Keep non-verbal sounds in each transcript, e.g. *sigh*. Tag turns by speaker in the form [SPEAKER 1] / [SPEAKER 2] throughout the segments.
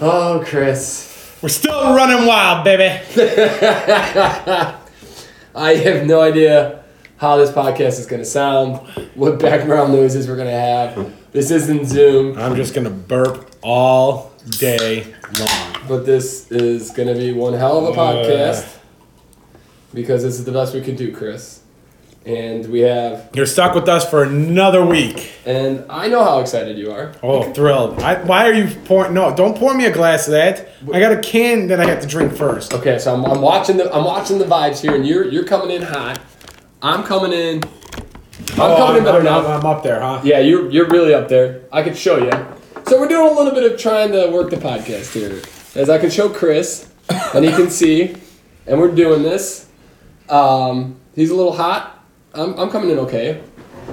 [SPEAKER 1] Oh, Chris.
[SPEAKER 2] We're still running wild, baby.
[SPEAKER 1] I have no idea how this podcast is going to sound, what background noises we're going to have. This isn't Zoom,
[SPEAKER 2] I'm just gonna burp all day long.
[SPEAKER 1] but this is going to be one hell of a podcast because this is the best we can do, Chris. And we have,
[SPEAKER 2] You're stuck with us for another week.
[SPEAKER 1] and I know how excited you are.
[SPEAKER 2] Oh, thrilled! I, why are you pouring? No, don't pour me a glass of that. I got a can that I have to drink first.
[SPEAKER 1] Okay, so I'm, I'm watching the I'm watching the vibes here, and you're you're coming in hot. I'm coming in. Oh, I'm coming in better
[SPEAKER 2] I'm,
[SPEAKER 1] now.
[SPEAKER 2] I'm, I'm up there, huh?
[SPEAKER 1] Yeah, you're you're really up there. I can show you. So we're doing a little bit of trying to work the podcast here, as I can show Chris, and he can see, and we're doing this. Um, he's a little hot. I'm, I'm coming in okay.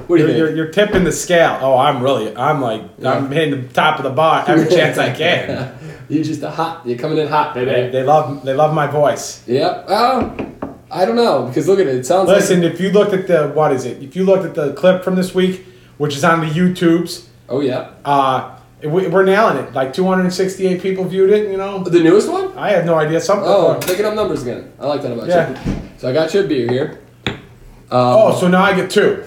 [SPEAKER 1] What do
[SPEAKER 2] You're,
[SPEAKER 1] you
[SPEAKER 2] you're,
[SPEAKER 1] think?
[SPEAKER 2] you're tipping the scale. Oh, I'm really. I'm like. I'm hitting the top of the bar every chance
[SPEAKER 1] *laughs*
[SPEAKER 2] I can.
[SPEAKER 1] You're just a hot. You're coming in hot, baby.
[SPEAKER 2] They love. They love my voice.
[SPEAKER 1] Yep. Oh, I don't know because look at it. It sounds
[SPEAKER 2] Listen, if you looked at the what is it? If you looked at the clip from this week, which is on the YouTubes,
[SPEAKER 1] like. Oh yeah.
[SPEAKER 2] uh, we, we're nailing it. Like 268 people viewed it. You know,
[SPEAKER 1] The newest one.
[SPEAKER 2] I have no idea. Something.
[SPEAKER 1] Oh,
[SPEAKER 2] Oh,
[SPEAKER 1] I'm picking up numbers again. I like that about
[SPEAKER 2] Yeah.
[SPEAKER 1] you. So I got you a beer here. Um,
[SPEAKER 2] oh,
[SPEAKER 1] oh.
[SPEAKER 2] so now I get two.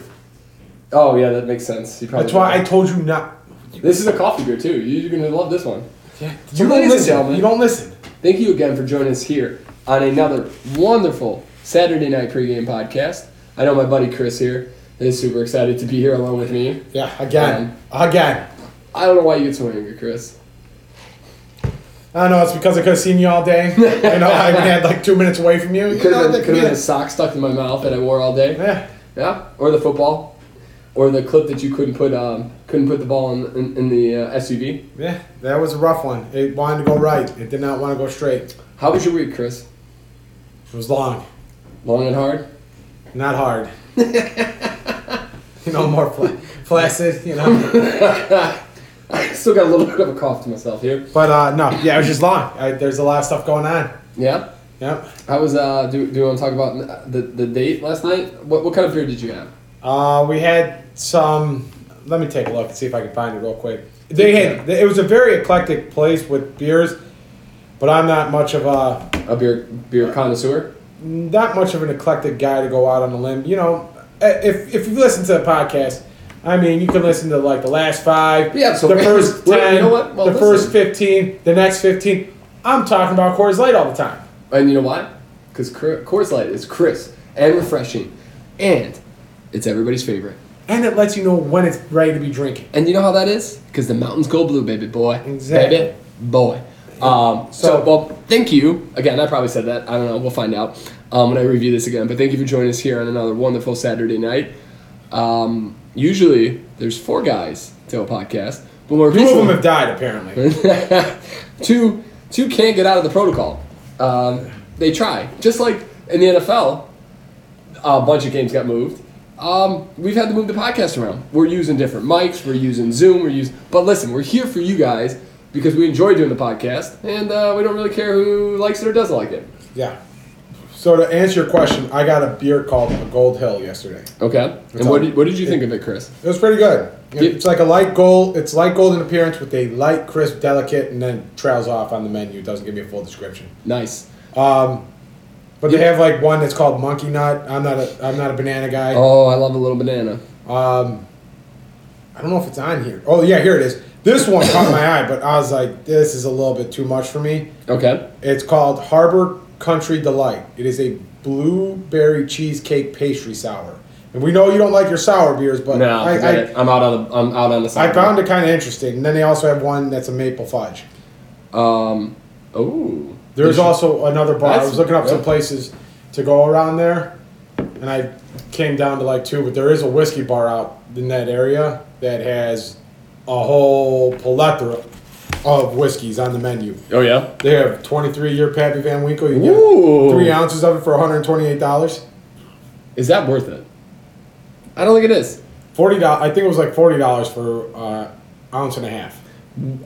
[SPEAKER 1] yeah, that makes sense. You probably
[SPEAKER 2] That's why I told you not.
[SPEAKER 1] This is a coffee beer too. You're gonna love this one.
[SPEAKER 2] You
[SPEAKER 1] Ladies
[SPEAKER 2] don't
[SPEAKER 1] and
[SPEAKER 2] listen.
[SPEAKER 1] gentlemen.
[SPEAKER 2] You don't listen.
[SPEAKER 1] Thank you again for joining us here on another wonderful Saturday night pregame podcast. I know my buddy Chris here is super excited to be here along with me.
[SPEAKER 2] Yeah, again, again.
[SPEAKER 1] I don't know why you get so angry, Chris.
[SPEAKER 2] I don't know. It's because I could have seen you
[SPEAKER 1] *laughs*
[SPEAKER 2] all day. You know, I even had like two minutes away from you. You
[SPEAKER 1] Could
[SPEAKER 2] know,
[SPEAKER 1] have been,
[SPEAKER 2] that
[SPEAKER 1] could've
[SPEAKER 2] could
[SPEAKER 1] been a sock stuck in my mouth that I wore all day.
[SPEAKER 2] yeah.
[SPEAKER 1] Yeah, or the football, or the clip that you couldn't put um, couldn't put the ball in in, in the uh, SUV.
[SPEAKER 2] Yeah, that was a rough one. It wanted to go right. It did not want to go straight.
[SPEAKER 1] How was your week, Chris?
[SPEAKER 2] It was long.
[SPEAKER 1] Long and hard. *laughs*
[SPEAKER 2] Not hard. you know, more pla- placid, you know.
[SPEAKER 1] I still got a little bit of a cough to myself here.
[SPEAKER 2] But uh, no, yeah, it was just long. I, there's a lot of stuff going on.
[SPEAKER 1] Yeah.
[SPEAKER 2] Yep.
[SPEAKER 1] I was uh do, do you want to talk about the, the date last night? What, what kind of beer did you have?
[SPEAKER 2] Uh, we had some. Let me take a look and see if I can find it real quick. They had. It was a very eclectic place with beers, but I'm not much of a
[SPEAKER 1] A beer beer connoisseur.
[SPEAKER 2] not much of an eclectic guy to go out on a limb. You know, eh, if if you listen to the podcast, I mean, you can listen to like the last five,
[SPEAKER 1] Yeah, so-
[SPEAKER 2] the first
[SPEAKER 1] Well,
[SPEAKER 2] ten,
[SPEAKER 1] you know what? Well,
[SPEAKER 2] the first
[SPEAKER 1] listen.
[SPEAKER 2] fifteen, the next fifteen. I'm talking about Coors Light all the time.
[SPEAKER 1] And you know why? Because Coors Light is crisp and refreshing, and it's everybody's favorite.
[SPEAKER 2] And it lets you know when it's ready to be drinking.
[SPEAKER 1] And you know how that is? Because the mountains go blue, baby boy.
[SPEAKER 2] Exactly.
[SPEAKER 1] Baby boy. Um, so,
[SPEAKER 2] So-
[SPEAKER 1] well, thank you. Again, I probably said that. I don't know. We'll find out um, when I review this again. But thank you for joining us here on another wonderful Saturday night. Um, usually, there's four guys to a podcast. But more
[SPEAKER 2] Two of them
[SPEAKER 1] recently-
[SPEAKER 2] have died,
[SPEAKER 1] *laughs*
[SPEAKER 2] apparently.
[SPEAKER 1] two two can't get out of the protocol. Um, they try, just like in the NFL, a bunch of games got moved. Um, we've had to move the podcast around. We're using different mics. We're using Zoom. We're using, but listen, we're here for you guys because we enjoy doing the podcast, and uh, we don't really care who likes it or doesn't like it.
[SPEAKER 2] yeah. So to answer your question, I got a beer called a Gold Hill yesterday.
[SPEAKER 1] Okay. And
[SPEAKER 2] all.
[SPEAKER 1] what did, what did you think of it, Chris?
[SPEAKER 2] It was pretty good.
[SPEAKER 1] Yeah.
[SPEAKER 2] It's like a light gold. It's light gold in appearance with a light, crisp, delicate, and then trails off on the menu. Doesn't give me a full description.
[SPEAKER 1] Nice.
[SPEAKER 2] But they
[SPEAKER 1] Yeah.
[SPEAKER 2] have like one that's called Monkey Nut. I'm not a I'm not a banana guy.
[SPEAKER 1] Oh, I love a little banana.
[SPEAKER 2] Um, I don't know if it's on here. Oh yeah, here it is. This one caught my eye, but I was like, this is a little bit too much for me.
[SPEAKER 1] Okay.
[SPEAKER 2] It's called Harbor Country Delight. It is a blueberry cheesecake pastry sour. And we know you don't like your sour beers, but
[SPEAKER 1] No,
[SPEAKER 2] I,
[SPEAKER 1] forget
[SPEAKER 2] I,
[SPEAKER 1] it. I'm out on the I'm out on the
[SPEAKER 2] I
[SPEAKER 1] side.
[SPEAKER 2] found it kind of interesting. And then they also have one that's a maple fudge.
[SPEAKER 1] Um. Oh.
[SPEAKER 2] There's also another bar. I
[SPEAKER 1] That's-
[SPEAKER 2] was looking up some
[SPEAKER 1] yeah.
[SPEAKER 2] places to go around there, and I came down to like two. But there is a whiskey bar out in that area that has a whole plethora of whiskeys on the menu.
[SPEAKER 1] Oh yeah.
[SPEAKER 2] They have 23 year Pappy Van Winkle. You can
[SPEAKER 1] Ooh.
[SPEAKER 2] get three ounces of it for 128 dollars.
[SPEAKER 1] Is that worth it? I don't think it is.
[SPEAKER 2] Forty dollars. I think it was like forty dollars for uh, ounce and a half.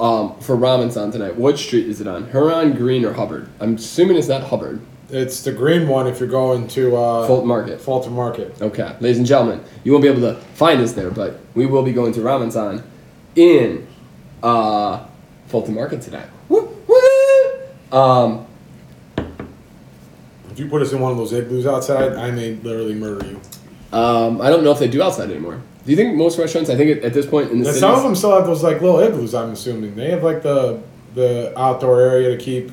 [SPEAKER 1] Um, for ramen's on tonight. What street is it on? Huron, Green, or Hubbard? I'm assuming it's not Hubbard.
[SPEAKER 2] It's the green one if you're going to uh,
[SPEAKER 1] Fulton Market.
[SPEAKER 2] Fulton Market.
[SPEAKER 1] Okay, ladies and gentlemen, you won't be able to find us there, but we will be going to ramen's on in uh, Fulton Market tonight. Woo, woo. Um,
[SPEAKER 2] If you put us in one of those igloos outside, I may literally murder you.
[SPEAKER 1] um, I don't know if they do outside anymore. Do you think most restaurants? I think at, at this point in the
[SPEAKER 2] And
[SPEAKER 1] city,
[SPEAKER 2] some of them still have those like little igloos. I'm assuming they have like the the outdoor area to keep.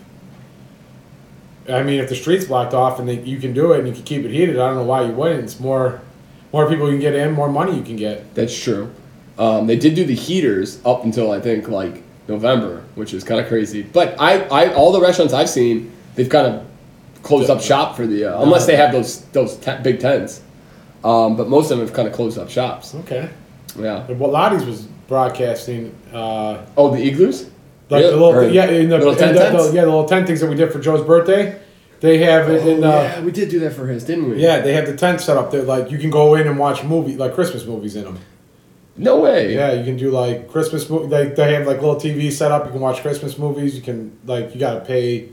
[SPEAKER 2] I mean, if the street's blocked off and they, you can do it and you can keep it heated, I don't know why you wouldn't. It's more, more people you can get in, more money you can get.
[SPEAKER 1] that's true. Um, they did do the heaters up until I think like November, which is kind of crazy. But I, I, all the restaurants I've seen, they've kind of closed up shop for the uh, unless they have those those te- big tents. Um, but most of them have kind of closed up shops.
[SPEAKER 2] Okay.
[SPEAKER 1] Yeah.
[SPEAKER 2] What Lottie's was broadcasting, uh,
[SPEAKER 1] Oh, the igloos.
[SPEAKER 2] like
[SPEAKER 1] Really?
[SPEAKER 2] the little,
[SPEAKER 1] Or
[SPEAKER 2] yeah, in the,
[SPEAKER 1] little
[SPEAKER 2] in
[SPEAKER 1] tent
[SPEAKER 2] the-
[SPEAKER 1] tents?
[SPEAKER 2] the- yeah, the little tent things that we did for Joe's birthday. They have it in.
[SPEAKER 1] Oh,
[SPEAKER 2] Uh,
[SPEAKER 1] yeah, we did do that for his, didn't we?
[SPEAKER 2] Yeah, they have the tent set up there. Like you can go in and watch movie, like Christmas movies in them.
[SPEAKER 1] No way.
[SPEAKER 2] Yeah, you can do like Christmas movie. Like they have like little TV set up. You can watch Christmas movies. You can like you got to pay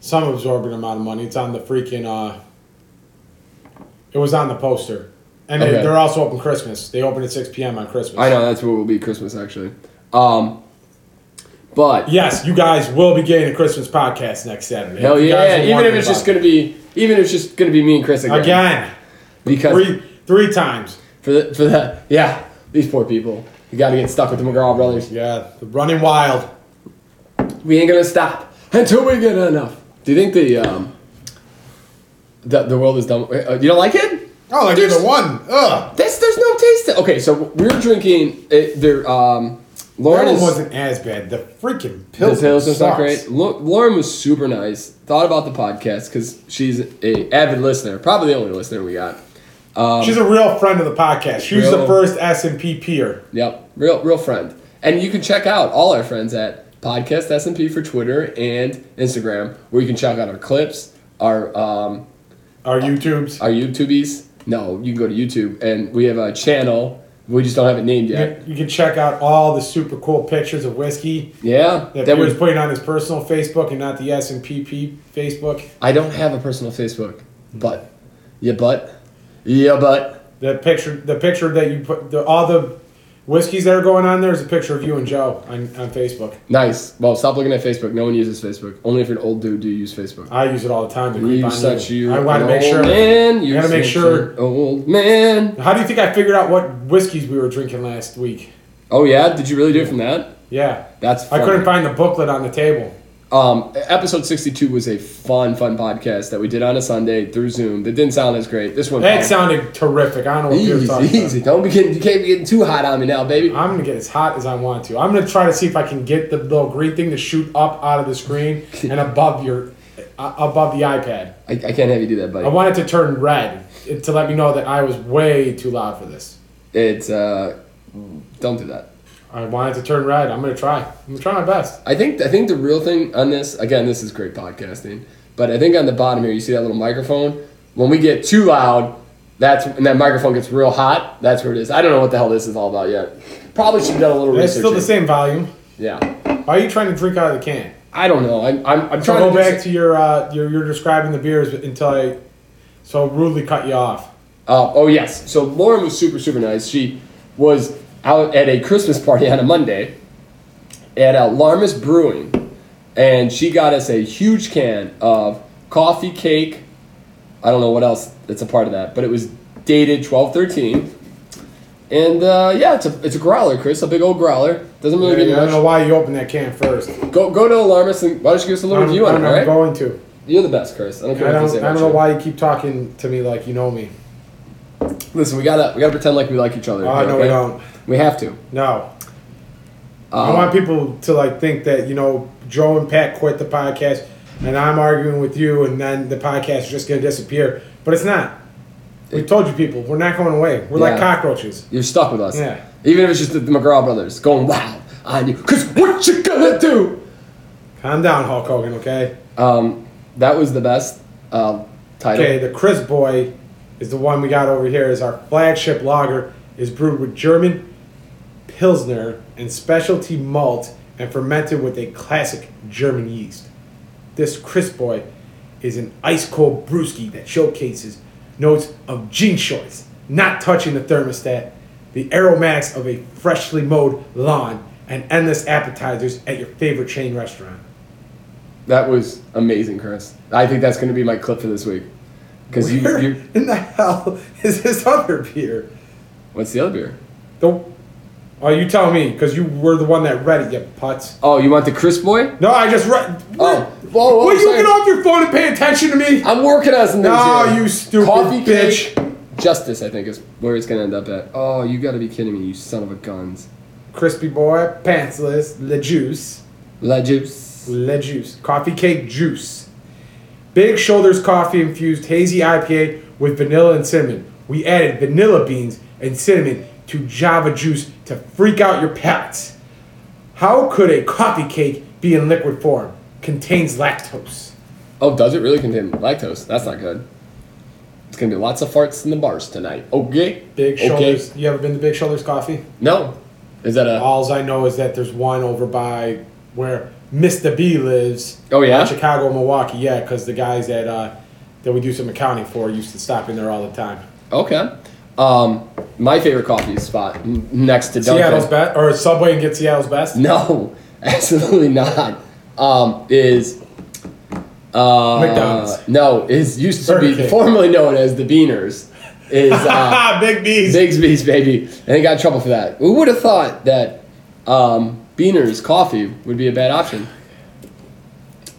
[SPEAKER 2] some absorbent amount of money. It's on the freaking. uh It was on the poster, and they,
[SPEAKER 1] Okay.
[SPEAKER 2] they're also open Christmas. They open at six p.m. on Christmas.
[SPEAKER 1] I know that's what will be Christmas actually. Um, but
[SPEAKER 2] Yes, you guys will be getting a Christmas podcast next Saturday.
[SPEAKER 1] hell
[SPEAKER 2] You guys
[SPEAKER 1] yeah!
[SPEAKER 2] were
[SPEAKER 1] Even if
[SPEAKER 2] wondering
[SPEAKER 1] it's just
[SPEAKER 2] about
[SPEAKER 1] gonna be, even if it's just gonna be me and Chris again,
[SPEAKER 2] it. again
[SPEAKER 1] because
[SPEAKER 2] three three times.
[SPEAKER 1] for the, for the yeah, these poor people, you got to get stuck with the McGraw brothers.
[SPEAKER 2] Yeah, the running wild.
[SPEAKER 1] We ain't gonna stop until we get enough. Do you think the um, the the world is done? uh, you don't like it?
[SPEAKER 2] Oh, I did
[SPEAKER 1] There's-
[SPEAKER 2] the one. Ugh.
[SPEAKER 1] This there's no taste. To, okay, so we're drinking. It, there, um,
[SPEAKER 2] That
[SPEAKER 1] Lauren
[SPEAKER 2] one
[SPEAKER 1] is.
[SPEAKER 2] wasn't as bad. The freaking pills.
[SPEAKER 1] The Taylor's not great. Lo- Lauren was super nice. Thought about the podcast because she's a avid listener, probably the only listener we got. Um,
[SPEAKER 2] She's a real friend of the podcast. She was
[SPEAKER 1] Real-
[SPEAKER 2] the first S and P peer.
[SPEAKER 1] Yep, real real friend. And you can check out all our friends at Podcast S and P for Twitter and Instagram, where you can check out our clips, our um,
[SPEAKER 2] Our YouTubes.
[SPEAKER 1] our YouTubies. No, you can go to YouTube, and we have a channel. We just don't have it named yet.
[SPEAKER 2] You can check out all the super cool pictures of whiskey
[SPEAKER 1] Yeah, that
[SPEAKER 2] that, he was
[SPEAKER 1] was.
[SPEAKER 2] putting on his personal Facebook and not the S and P P Facebook.
[SPEAKER 1] I don't have a personal Facebook, but yeah, but yeah, but.
[SPEAKER 2] The picture, the picture that you put, the, all the whiskeys that are going on there is a picture of you and Joe on, on Facebook.
[SPEAKER 1] Nice. Well, stop looking at Facebook. No one uses Facebook. Only if you're an old dude do you use Facebook.
[SPEAKER 2] I use it all the time. To creep
[SPEAKER 1] You
[SPEAKER 2] on
[SPEAKER 1] such you.
[SPEAKER 2] I want to
[SPEAKER 1] an
[SPEAKER 2] make
[SPEAKER 1] old
[SPEAKER 2] sure.
[SPEAKER 1] Man, you
[SPEAKER 2] gotta make
[SPEAKER 1] such
[SPEAKER 2] sure-
[SPEAKER 1] an Old man.
[SPEAKER 2] How do you think I figured out what whiskeys we were drinking last week?
[SPEAKER 1] Oh yeah, did you really do it from that?
[SPEAKER 2] Yeah,
[SPEAKER 1] That's.
[SPEAKER 2] I
[SPEAKER 1] Funny.
[SPEAKER 2] couldn't find the booklet on the table.
[SPEAKER 1] Um, episode sixty-two was a fun, fun podcast that we did on a Sunday through Zoom. That didn't sound as great. This one.
[SPEAKER 2] That sounded terrific. I don't know what you're
[SPEAKER 1] easy,
[SPEAKER 2] talking about.
[SPEAKER 1] easy. Don't be getting. You can't be getting too hot on me now, baby.
[SPEAKER 2] I'm gonna get as hot as I want to. I'm gonna try to see if I can get the little green thing to shoot up out of the screen
[SPEAKER 1] *laughs*
[SPEAKER 2] and above your, uh, above the iPad.
[SPEAKER 1] I, I can't have you do that,
[SPEAKER 2] I
[SPEAKER 1] buddy.
[SPEAKER 2] want it to turn red it- to let me know that I was way too loud for this.
[SPEAKER 1] It's. Uh, don't do that.
[SPEAKER 2] I want it to turn red. I'm gonna try. I'm gonna try my best.
[SPEAKER 1] I think I think the real thing on this again, this is great podcasting, but I think on the bottom here you see that little microphone. When we get too loud, that's and that microphone gets real hot. That's where it is. I don't know what the hell this is all about yet. Probably should have done a little
[SPEAKER 2] It's
[SPEAKER 1] research.
[SPEAKER 2] still the same volume.
[SPEAKER 1] Yeah,
[SPEAKER 2] Why are you trying to drink out of the can?
[SPEAKER 1] I don't know. I'm I'm, I'm
[SPEAKER 2] So
[SPEAKER 1] trying
[SPEAKER 2] go
[SPEAKER 1] to
[SPEAKER 2] back to your, uh, your you're describing the beers until I, so rudely cut you off.
[SPEAKER 1] Uh, oh yes. So Lauren was super super nice. She was out at a Christmas party on a Monday at Alarmist Brewing, and she got us a huge can of coffee cake. I don't know what else that's a part of that, but it was dated twelve thirteen. And uh, yeah, it's a it's a growler, Chris, a big old growler. Doesn't really
[SPEAKER 2] I
[SPEAKER 1] get
[SPEAKER 2] don't know
[SPEAKER 1] much.
[SPEAKER 2] why you opened that can first.
[SPEAKER 1] Go go to Alarmist and why don't you give us a little
[SPEAKER 2] I'm-
[SPEAKER 1] review on
[SPEAKER 2] I'm-
[SPEAKER 1] it,
[SPEAKER 2] I'm
[SPEAKER 1] all right?
[SPEAKER 2] going to.
[SPEAKER 1] You're the best, Chris. I don't care
[SPEAKER 2] I
[SPEAKER 1] what you say
[SPEAKER 2] don't, I
[SPEAKER 1] about
[SPEAKER 2] don't know
[SPEAKER 1] you.
[SPEAKER 2] why you keep talking to me like you know me.
[SPEAKER 1] Listen, we gotta we gotta pretend like we like each other.
[SPEAKER 2] Oh,
[SPEAKER 1] here,
[SPEAKER 2] no,
[SPEAKER 1] okay?
[SPEAKER 2] we don't.
[SPEAKER 1] We have to.
[SPEAKER 2] No. I
[SPEAKER 1] Um,
[SPEAKER 2] want people to like think that, you know, Joe and Pat quit the podcast and I'm arguing with you and then the podcast is just going to disappear. But it's not. We told you people, we're not going away. We're like
[SPEAKER 1] Yeah.
[SPEAKER 2] cockroaches.
[SPEAKER 1] You're stuck with us.
[SPEAKER 2] Yeah.
[SPEAKER 1] Even if it's just the, the McGraw brothers going wow on you. Cause what you gonna do?
[SPEAKER 2] Calm down, Hulk Hogan, okay?
[SPEAKER 1] Um, that was the best uh, title.
[SPEAKER 2] Okay, the Chris Boy is the one we got over here is our flagship lager is brewed with German Pilsner and specialty malt and fermented with a classic German yeast. This Chris Boy is an ice cold brewski that showcases notes of gin choice, not touching the thermostat, the aromatics of a freshly mowed lawn, and endless appetizers at your favorite chain restaurant.
[SPEAKER 1] That was amazing, Chris. I think that's going to be my clip for this week. Because you,
[SPEAKER 2] Where
[SPEAKER 1] you,
[SPEAKER 2] in the hell is this other beer?
[SPEAKER 1] what's the other beer?
[SPEAKER 2] The, oh, you tell me, because you were the one that read it, you putz.
[SPEAKER 1] Oh, you want the Chris boy?
[SPEAKER 2] No, I just read.
[SPEAKER 1] Oh, whoa, whoa,
[SPEAKER 2] Will you
[SPEAKER 1] sorry.
[SPEAKER 2] get off your phone and pay attention to me?
[SPEAKER 1] I'm working on some things.
[SPEAKER 2] No,
[SPEAKER 1] here.
[SPEAKER 2] you stupid bitch.
[SPEAKER 1] cake, justice, I think, is where it's going to end up at. Oh, you got to be kidding me, you son of a guns.
[SPEAKER 2] Crispy boy, pantsless, le juice,
[SPEAKER 1] La juice.
[SPEAKER 2] le juice, coffee cake juice, big shoulders coffee infused hazy IPA with vanilla and cinnamon. We added vanilla beans and cinnamon to Java juice to freak out your palates. How could a coffee cake be in liquid form? Contains lactose.
[SPEAKER 1] Oh, does it really contain lactose? That's not good. It's going to be lots of farts in the bars tonight. Okay.
[SPEAKER 2] Big
[SPEAKER 1] Okay.
[SPEAKER 2] shoulders. You ever been to Big Shoulders Coffee?
[SPEAKER 1] No. Is that a.
[SPEAKER 2] Alls I know is that there's one over by where Mr. B lives.
[SPEAKER 1] Oh, yeah?
[SPEAKER 2] in Chicago, Milwaukee. Yeah, because the guys that uh, that we do some accounting for used to stop in there all the time.
[SPEAKER 1] Okay. Um, my favorite coffee spot n- next to Dunkin'.
[SPEAKER 2] Seattle's best, or Subway and get Seattle's
[SPEAKER 1] *laughs*
[SPEAKER 2] best.
[SPEAKER 1] No, *laughs* absolutely not. Um, is uh,
[SPEAKER 2] McDonald's.
[SPEAKER 1] No, is used to
[SPEAKER 2] Burger
[SPEAKER 1] be
[SPEAKER 2] King.
[SPEAKER 1] formerly known as the Beaners. Is
[SPEAKER 2] *laughs*
[SPEAKER 1] uh,
[SPEAKER 2] Ah, Big B's.
[SPEAKER 1] Bigsby's baby, and they got in trouble for that. Who would have thought that um, Beaners coffee would be a bad option?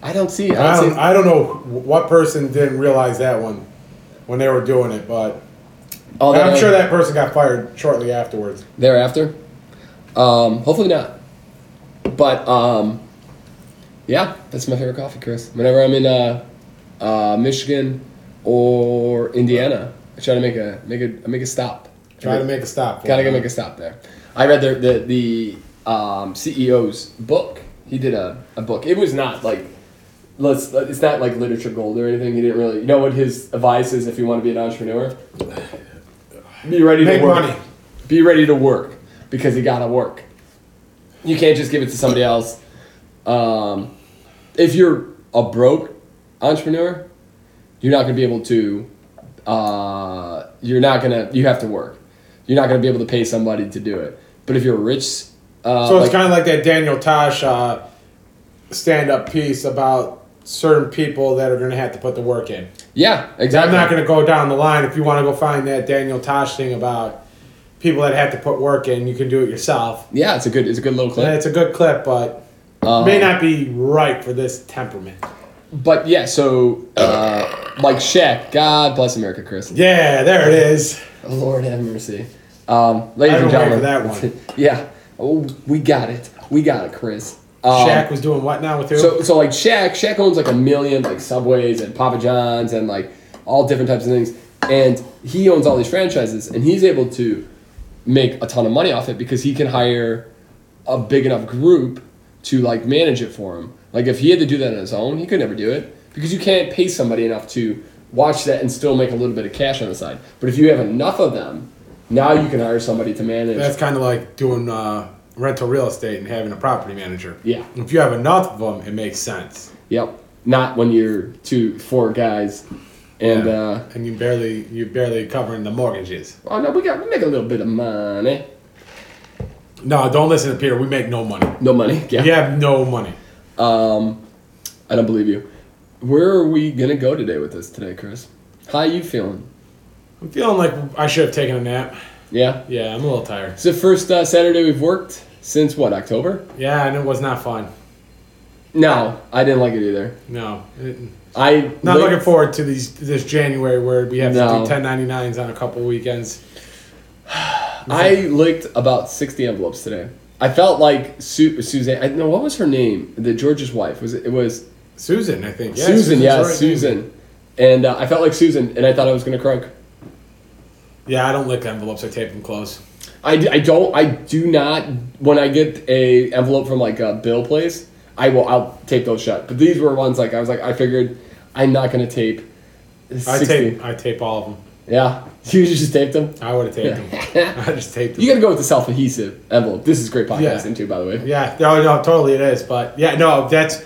[SPEAKER 1] I don't see. I
[SPEAKER 2] I
[SPEAKER 1] don't
[SPEAKER 2] don't,
[SPEAKER 1] see.
[SPEAKER 2] I don't know what person didn't realize that one when they were doing it, but
[SPEAKER 1] all
[SPEAKER 2] and
[SPEAKER 1] that
[SPEAKER 2] I'm sure that person got fired shortly afterwards.
[SPEAKER 1] thereafter. Um, hopefully not. But um, yeah, that's my favorite coffee, Chris. Whenever I'm in uh, uh, Michigan or Indiana, I try to make a make a I make a stop.
[SPEAKER 2] Try to make a stop. for
[SPEAKER 1] Gotta go
[SPEAKER 2] it.
[SPEAKER 1] make a stop there. I read the the, the um, CEO's book. He did a, a book. It was not like let's it's not like literature gold or anything. He didn't really you know what his advice is if you want to be an entrepreneur? Be ready
[SPEAKER 2] Make
[SPEAKER 1] to work.
[SPEAKER 2] money.
[SPEAKER 1] Be ready to work because you gotta work. You can't just give it to somebody else. Um, if you're a broke entrepreneur, you're not going to be able to uh, you're not going to you have to work you're not going to be able to pay somebody to do it but if you're rich uh,
[SPEAKER 2] So it's
[SPEAKER 1] like-
[SPEAKER 2] kind of like that Daniel Tosh uh, stand up piece about certain people that are going to have to put the work in.
[SPEAKER 1] yeah
[SPEAKER 2] I'm
[SPEAKER 1] exactly
[SPEAKER 2] not going to go down the line. If you want to go find that Daniel Tosh thing about people that have to put work in, you can do it yourself.
[SPEAKER 1] yeah it's a good it's a good little
[SPEAKER 2] And
[SPEAKER 1] clip
[SPEAKER 2] it's a good clip, but
[SPEAKER 1] Um,
[SPEAKER 2] may not be right for this temperament.
[SPEAKER 1] but yeah so uh, like Shaq God bless America Chris
[SPEAKER 2] Yeah, there it is.
[SPEAKER 1] Lord have mercy um, ladies
[SPEAKER 2] I've
[SPEAKER 1] and
[SPEAKER 2] been waiting
[SPEAKER 1] gentlemen
[SPEAKER 2] for that
[SPEAKER 1] *laughs*
[SPEAKER 2] one.
[SPEAKER 1] yeah oh we got it we got it Chris um,
[SPEAKER 2] Shaq was doing what now with who?
[SPEAKER 1] So, so like Shaq, Shaq owns like a million like Subways and Papa John's and like all different types of things, and he owns all these franchises, and he's able to make a ton of money off it because he can hire a big enough group to like manage it for him. Like if he had to do that on his own, he could never do it because you can't pay somebody enough to watch that and still make a little bit of cash on the side. But if you have enough of them, now you can hire somebody to manage.
[SPEAKER 2] That's kind of like doing uh, rental real estate and having a property manager.
[SPEAKER 1] Yeah.
[SPEAKER 2] If you have enough of them, it makes sense.
[SPEAKER 1] yep. Not when you're two, four guys, and.
[SPEAKER 2] Yeah.
[SPEAKER 1] uh
[SPEAKER 2] and you barely you barely covering the mortgages.
[SPEAKER 1] Oh no, we got we make a little bit of money.
[SPEAKER 2] No, don't listen to Peter. We make no money.
[SPEAKER 1] No money. Yeah.
[SPEAKER 2] We have no money.
[SPEAKER 1] I don't believe you. Where are we gonna go today with this today, Chris? How you feeling?
[SPEAKER 2] I'm feeling like I should have taken a nap.
[SPEAKER 1] Yeah.
[SPEAKER 2] Yeah, I'm a little tired.
[SPEAKER 1] It's the first uh, Saturday we've worked since what October?
[SPEAKER 2] Yeah, and it was not fun.
[SPEAKER 1] No, I didn't like it either.
[SPEAKER 2] No, It-
[SPEAKER 1] I
[SPEAKER 2] not
[SPEAKER 1] like-
[SPEAKER 2] looking forward to these this January where we have
[SPEAKER 1] No.
[SPEAKER 2] to do 1099s on a couple weekends.
[SPEAKER 1] I licked about sixty envelopes today. I felt like Su- Suzanne. I know what was her name. The George's wife was it? It was
[SPEAKER 2] Susan, I think. Yeah,
[SPEAKER 1] Susan.
[SPEAKER 2] Susan's
[SPEAKER 1] yeah,
[SPEAKER 2] already-
[SPEAKER 1] Susan. And uh, I felt like Susan, and I thought I was gonna croak.
[SPEAKER 2] Yeah, I don't lick envelopes. I tape them close.
[SPEAKER 1] I, d- I don't I do not when I get a envelope from like a bill place I will I'll tape those shut but these were ones like I was like I figured I'm not gonna tape
[SPEAKER 2] I
[SPEAKER 1] 60.
[SPEAKER 2] tape. I tape all of them.
[SPEAKER 1] yeah *laughs* you just taped them
[SPEAKER 2] I would have taped them. *laughs* I just taped them.
[SPEAKER 1] you gotta go with the self adhesive envelope this is great podcasting
[SPEAKER 2] Yeah.
[SPEAKER 1] too by the way
[SPEAKER 2] Yeah, no, no, totally it is. But yeah, no, that's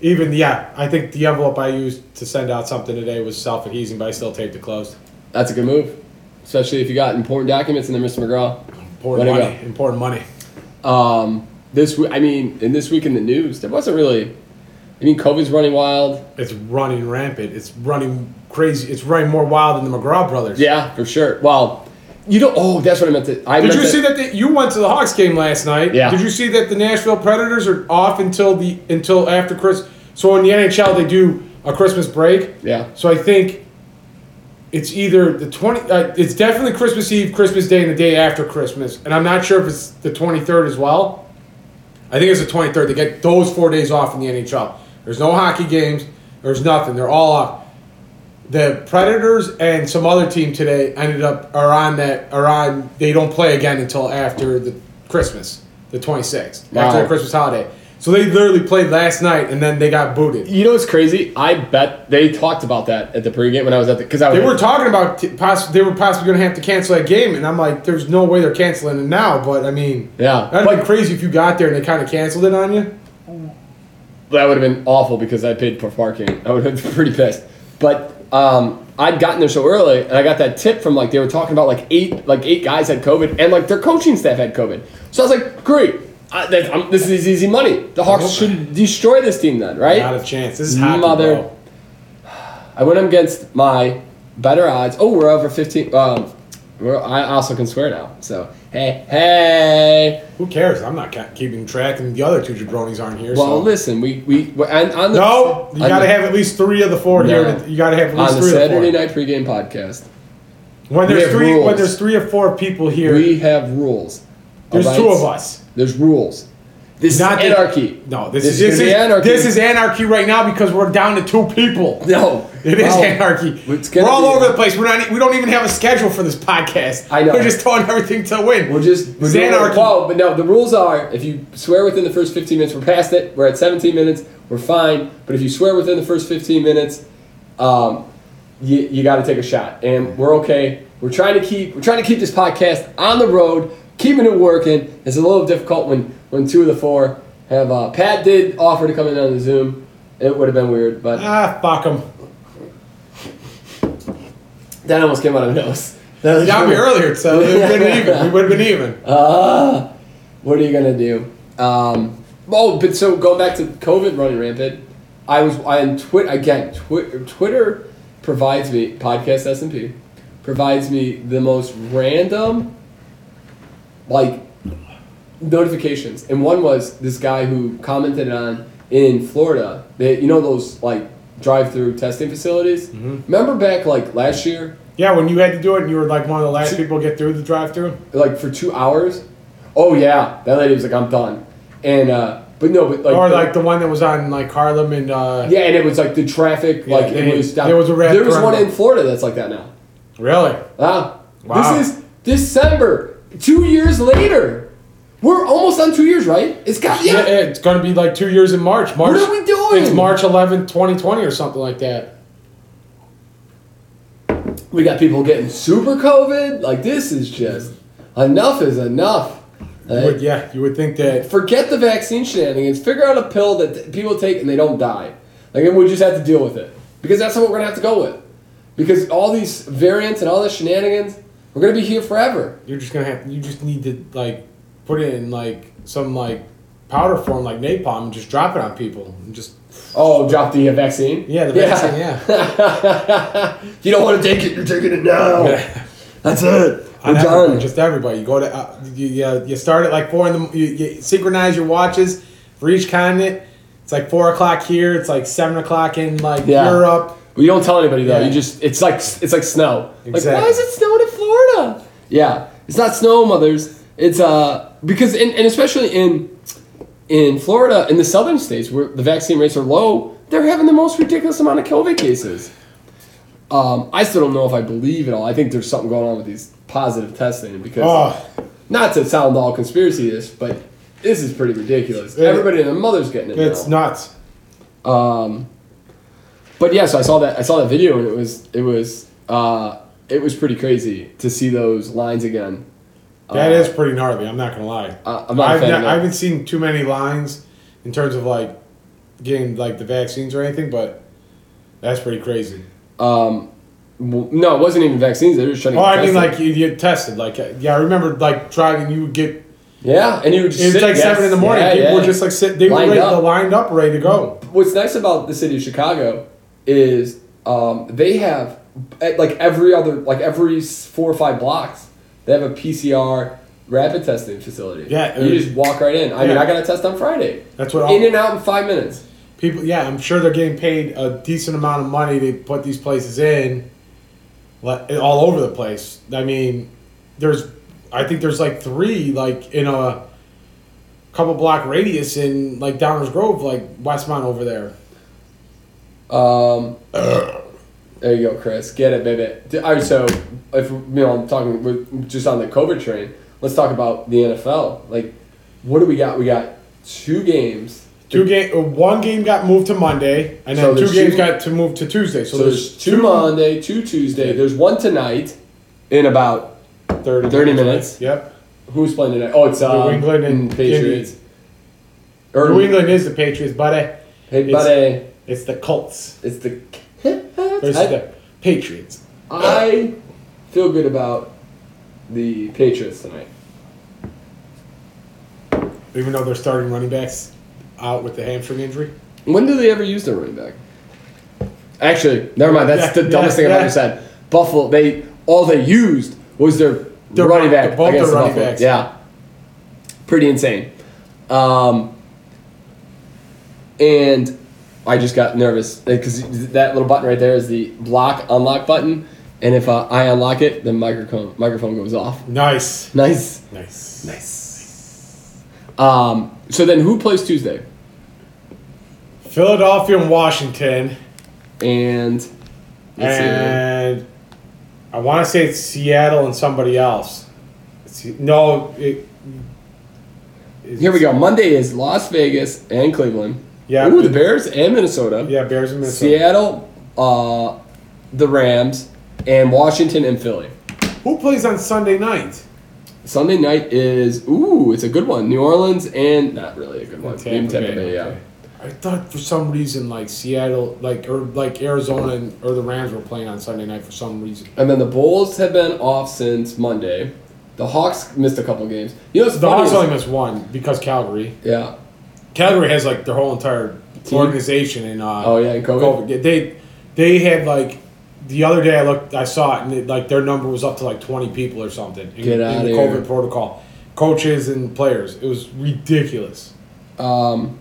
[SPEAKER 2] even yeah. I think the envelope I used to send out something today was self adhesing, but I still taped it closed.
[SPEAKER 1] that's a good move especially if you got important documents and then Mr McGraw
[SPEAKER 2] Important
[SPEAKER 1] Way to
[SPEAKER 2] money. Important money.
[SPEAKER 1] Um, this w- I mean, in this week in the news, there wasn't really. I mean, COVID's running wild.
[SPEAKER 2] It's running rampant. It's running crazy. It's running more wild than the McGraw brothers.
[SPEAKER 1] Yeah, for sure. Well, you don't. Oh, that's what I meant to. I
[SPEAKER 2] Did
[SPEAKER 1] meant
[SPEAKER 2] you
[SPEAKER 1] to-
[SPEAKER 2] see that the, you went to the Hawks game last night?
[SPEAKER 1] Yeah.
[SPEAKER 2] Did you see that the Nashville Predators are off until the until after Chris? So in the NHL they do a Christmas break.
[SPEAKER 1] Yeah.
[SPEAKER 2] So I think it's either the twenty. Uh, it's definitely Christmas Eve, Christmas Day, and the day after Christmas. And I'm not sure if it's the twenty third as well. I think it's the twenty third. They get those four days off in the NHL. There's no hockey games. There's nothing. They're all off. The Predators and some other team today ended up are on that are on. They don't play again until after the Christmas, the 26th, after
[SPEAKER 1] Wow.
[SPEAKER 2] the Christmas holiday. So they literally played last night and then they got booted.
[SPEAKER 1] You know what's crazy? I bet they talked about that at the pregame when I was at the because I
[SPEAKER 2] They
[SPEAKER 1] was-
[SPEAKER 2] were talking about t- poss- they were possibly going to have to cancel that game, and I'm like, there's no way they're canceling it now. But I mean,
[SPEAKER 1] Yeah.
[SPEAKER 2] that'd be
[SPEAKER 1] But-
[SPEAKER 2] crazy if you got there and they kind of canceled it on you.
[SPEAKER 1] that would have been awful because I paid for parking. I would have been *laughs* pretty pissed. But um, I'd gotten there so early, and I got that tip from like they were talking about like eight like eight guys had COVID, and like their coaching staff had COVID. So I was like, great, I, that, i this is easy money. The Hawks should destroy this team then, right?
[SPEAKER 2] Not a chance. This is hockey,
[SPEAKER 1] Mother-
[SPEAKER 2] bro.
[SPEAKER 1] I went against my better odds. Oh, we're over fifteen. Um, we're, I also can swear now. So hey, hey.
[SPEAKER 2] Who cares? I'm not ca- keeping track, and the other two jabronis aren't here.
[SPEAKER 1] Well,
[SPEAKER 2] so.
[SPEAKER 1] listen, we we we're- and on the
[SPEAKER 2] no, you
[SPEAKER 1] on
[SPEAKER 2] got to
[SPEAKER 1] the-
[SPEAKER 2] have at least three of the four
[SPEAKER 1] No.
[SPEAKER 2] here. You got to have at least
[SPEAKER 1] on the
[SPEAKER 2] three of the
[SPEAKER 1] Saturday
[SPEAKER 2] four.
[SPEAKER 1] night pregame podcast.
[SPEAKER 2] When
[SPEAKER 1] we
[SPEAKER 2] there's
[SPEAKER 1] have
[SPEAKER 2] three, when
[SPEAKER 1] rules.
[SPEAKER 2] there's three or four people here,
[SPEAKER 1] We have rules.
[SPEAKER 2] there's
[SPEAKER 1] All right?
[SPEAKER 2] two of us.
[SPEAKER 1] There's rules. This
[SPEAKER 2] Not
[SPEAKER 1] is
[SPEAKER 2] that-
[SPEAKER 1] anarchy.
[SPEAKER 2] No, this,
[SPEAKER 1] This is
[SPEAKER 2] is, this
[SPEAKER 1] gonna
[SPEAKER 2] is
[SPEAKER 1] be anarchy.
[SPEAKER 2] This is anarchy right now because we're down to two people.
[SPEAKER 1] *laughs* no.
[SPEAKER 2] It is
[SPEAKER 1] Well,
[SPEAKER 2] anarchy.
[SPEAKER 1] it's gonna
[SPEAKER 2] We're all
[SPEAKER 1] be-
[SPEAKER 2] over the place. We're not. e, We don't even have a schedule for this podcast.
[SPEAKER 1] I know.
[SPEAKER 2] We're just throwing everything to the wind.
[SPEAKER 1] We're just we're
[SPEAKER 2] It's
[SPEAKER 1] doing-
[SPEAKER 2] anarchy.
[SPEAKER 1] Well, but no, the rules are if you swear within the first 15 minutes, we're past it. We're at 17 minutes. We're fine. But if you swear within the first 15 minutes, um, you, you got to take a shot. And we're okay. We're trying to keep we're trying to keep this podcast on the road, keeping it working. It's a little difficult when when two of the four have uh, Pat did offer to come in on the Zoom. It would have been weird, but
[SPEAKER 2] ah, fuck them.
[SPEAKER 1] That almost came out of my nose. *laughs* That was
[SPEAKER 2] Got me
[SPEAKER 1] really-
[SPEAKER 2] earlier, so we would have
[SPEAKER 1] *laughs*
[SPEAKER 2] been even. We would have been even.
[SPEAKER 1] Ah, what are you gonna do? Um, oh, but so going back to COVID running rampant, I was I on Twitter again. Twi- Twitter provides me podcast S and P provides me the most random like notifications, and one was this guy who commented on in Florida. They you know those like drive-through testing facilities. Remember back like last year
[SPEAKER 2] yeah, when you had to do it, and you were like one of the last people to get through the drive-through.
[SPEAKER 1] like for two hours. Oh yeah, that lady was like, I'm done. And uh but no, but like,
[SPEAKER 2] or
[SPEAKER 1] the-
[SPEAKER 2] like the one that was on like Harlem and uh,
[SPEAKER 1] yeah, and it was like the traffic,
[SPEAKER 2] Yeah,
[SPEAKER 1] like
[SPEAKER 2] they-
[SPEAKER 1] it was down.
[SPEAKER 2] there was a wrap
[SPEAKER 1] There was
[SPEAKER 2] around.
[SPEAKER 1] one in Florida that's like that now.
[SPEAKER 2] really.
[SPEAKER 1] Ah,
[SPEAKER 2] Wow.
[SPEAKER 1] this is December, two years later. We're almost on two years, right? It's got
[SPEAKER 2] Yeah,
[SPEAKER 1] yeah.
[SPEAKER 2] it's gonna be like two years in March. March.
[SPEAKER 1] are we doing?
[SPEAKER 2] It's March 11th, 2020, or something like that.
[SPEAKER 1] We got people getting super COVID. Like this is just enough is enough.
[SPEAKER 2] You would- yeah, you would think that.
[SPEAKER 1] Forget the vaccine shenanigans. Figure out a pill that th- people take and they don't die. Like, and we just have to deal with it. Because that's what we're going to have to go with. Because all these variants and all this shenanigans, we're going to be here forever.
[SPEAKER 2] You're just gonna have. You just need to like put it in like some like powder form, like napalm, and just drop it on people. And just
[SPEAKER 1] Oh, drop the uh, vaccine?
[SPEAKER 2] yeah, the vaccine. Yeah.
[SPEAKER 1] *laughs* You don't want to take it, you're taking it now. That's it. We're
[SPEAKER 2] On everybody,
[SPEAKER 1] done.
[SPEAKER 2] just everybody. You go to uh, you, you, you start at like four in the. You, you synchronize your watches for each continent. It's like four o'clock here. It's like seven o'clock in like
[SPEAKER 1] Yeah.
[SPEAKER 2] Europe.
[SPEAKER 1] Well, you don't tell anybody though.
[SPEAKER 2] Yeah.
[SPEAKER 1] You just it's like it's like snow. Like why
[SPEAKER 2] Exactly.
[SPEAKER 1] is it snowing in Florida? Yeah, it's not snow, mothers. It's uh because in, and especially in in Florida in the southern states where the vaccine rates are low, they're having the most ridiculous amount of COVID cases. Um, I still don't know if I believe it all. I think there's something going on with these positive testing because
[SPEAKER 2] Oh,
[SPEAKER 1] not to sound all conspiracy ish, but this is pretty ridiculous.
[SPEAKER 2] It-
[SPEAKER 1] Everybody and their mother's getting it.
[SPEAKER 2] it's
[SPEAKER 1] now.
[SPEAKER 2] nuts.
[SPEAKER 1] But yeah, so I saw that I saw that video and it was it was uh, it was pretty crazy to see those lines again.
[SPEAKER 2] That is pretty gnarly. I'm not gonna lie.
[SPEAKER 1] Uh, I'm not a
[SPEAKER 2] I've
[SPEAKER 1] fan
[SPEAKER 2] not-
[SPEAKER 1] of
[SPEAKER 2] I
[SPEAKER 1] that.
[SPEAKER 2] haven't seen too many lines in terms of like getting like the vaccines or anything, but that's pretty crazy.
[SPEAKER 1] W- No, it wasn't even vaccines. They were just trying to.
[SPEAKER 2] Oh,
[SPEAKER 1] get
[SPEAKER 2] I mean,
[SPEAKER 1] tested.
[SPEAKER 2] like you get tested. Like yeah, I remember like driving. You would get
[SPEAKER 1] Yeah, and you would just
[SPEAKER 2] It was
[SPEAKER 1] sit-
[SPEAKER 2] like
[SPEAKER 1] yes,
[SPEAKER 2] seven in the morning.
[SPEAKER 1] yeah,
[SPEAKER 2] People
[SPEAKER 1] yeah.
[SPEAKER 2] were just like sit. They were
[SPEAKER 1] Lined
[SPEAKER 2] ready,
[SPEAKER 1] up.
[SPEAKER 2] lined up, ready to go.
[SPEAKER 1] What's nice about the city of Chicago is um, they have at, like every other like every s- four or five blocks they have a PCR rapid testing facility.
[SPEAKER 2] Yeah,
[SPEAKER 1] you
[SPEAKER 2] uh,
[SPEAKER 1] just walk right in. I mean,
[SPEAKER 2] yeah.
[SPEAKER 1] I got a test on Friday.
[SPEAKER 2] That's what all-
[SPEAKER 1] in and out in five minutes.
[SPEAKER 2] People, yeah, I'm sure they're getting paid a decent amount of money to put these places in, like eh, all over the place. I mean, there's, I think there's like three like in a couple block radius in like Downers Grove, like Westmont over there.
[SPEAKER 1] Um, there you go, Chris. Get it, baby. D- All right, so if you know, I'm talking with, just on the COVID train. Let's talk about the NFL. Like, what do we got? We got two games.
[SPEAKER 2] Two game, uh, one game got moved to Monday, and
[SPEAKER 1] So
[SPEAKER 2] then
[SPEAKER 1] there's
[SPEAKER 2] two games
[SPEAKER 1] two-
[SPEAKER 2] got to move to Tuesday. So,
[SPEAKER 1] So there's two Monday, two Tuesday. There's one tonight. In about
[SPEAKER 2] 30,
[SPEAKER 1] 30 minutes.
[SPEAKER 2] Yep.
[SPEAKER 1] who's playing tonight? Oh, it's uh,
[SPEAKER 2] New England and
[SPEAKER 1] Patriots. Or
[SPEAKER 2] New England is the Patriots, buddy.
[SPEAKER 1] Hey,
[SPEAKER 2] it's-
[SPEAKER 1] buddy,
[SPEAKER 2] It's the Colts
[SPEAKER 1] it's the.
[SPEAKER 2] versus
[SPEAKER 1] I,
[SPEAKER 2] the Patriots.
[SPEAKER 1] I feel good about the Patriots tonight.
[SPEAKER 2] even though they're starting running backs out with the hamstring injury.
[SPEAKER 1] When do they ever use their running back? Actually, never mind. That's
[SPEAKER 2] Yeah,
[SPEAKER 1] the dumbest thing
[SPEAKER 2] yeah,
[SPEAKER 1] I've
[SPEAKER 2] yeah.
[SPEAKER 1] ever said. Buffalo, they all they used was their,
[SPEAKER 2] Their
[SPEAKER 1] running
[SPEAKER 2] run-
[SPEAKER 1] back
[SPEAKER 2] both their
[SPEAKER 1] against the
[SPEAKER 2] running
[SPEAKER 1] Buffalo.
[SPEAKER 2] backs.
[SPEAKER 1] Yeah, pretty insane. Um, and I just got nervous because that little button right there is the lock unlock button, and if uh, I unlock it, the microphone microphone goes off.
[SPEAKER 2] Nice.
[SPEAKER 1] Nice,
[SPEAKER 2] Nice.
[SPEAKER 1] nice. Um, so then, who plays Tuesday?
[SPEAKER 2] Philadelphia and Washington.
[SPEAKER 1] And let's see.
[SPEAKER 2] and I want to say it's Seattle and somebody else. It's, no, it. it's-
[SPEAKER 1] Here we go. Monday is Las Vegas and Cleveland.
[SPEAKER 2] Yeah.
[SPEAKER 1] Ooh, the Bears and Minnesota.
[SPEAKER 2] Yeah, Bears and Minnesota.
[SPEAKER 1] Seattle, uh, the Rams, and Washington and Philly.
[SPEAKER 2] Who plays on Sunday night?
[SPEAKER 1] Sunday night is ooh, it's a good one. New Orleans and not really a good one. Even Tampa Bay, yeah.
[SPEAKER 2] okay. I thought for some reason like Seattle, like or like Arizona and, or the Rams were playing on Sunday night for some reason.
[SPEAKER 1] And then the Bulls have been off since Monday. The Hawks missed a couple games. You know what's
[SPEAKER 2] The
[SPEAKER 1] funny?
[SPEAKER 2] Hawks
[SPEAKER 1] is-
[SPEAKER 2] only missed one because Calgary.
[SPEAKER 1] yeah.
[SPEAKER 2] Calgary has like their whole entire
[SPEAKER 1] Team?
[SPEAKER 2] organization and uh,
[SPEAKER 1] Oh, yeah, and COVID?
[SPEAKER 2] Yeah, They they had like the other day I looked, I saw it, and it, like their number was up to like twenty people or something in,
[SPEAKER 1] Get outta
[SPEAKER 2] in the
[SPEAKER 1] here.
[SPEAKER 2] COVID protocol. Coaches and players, it was ridiculous.
[SPEAKER 1] Um,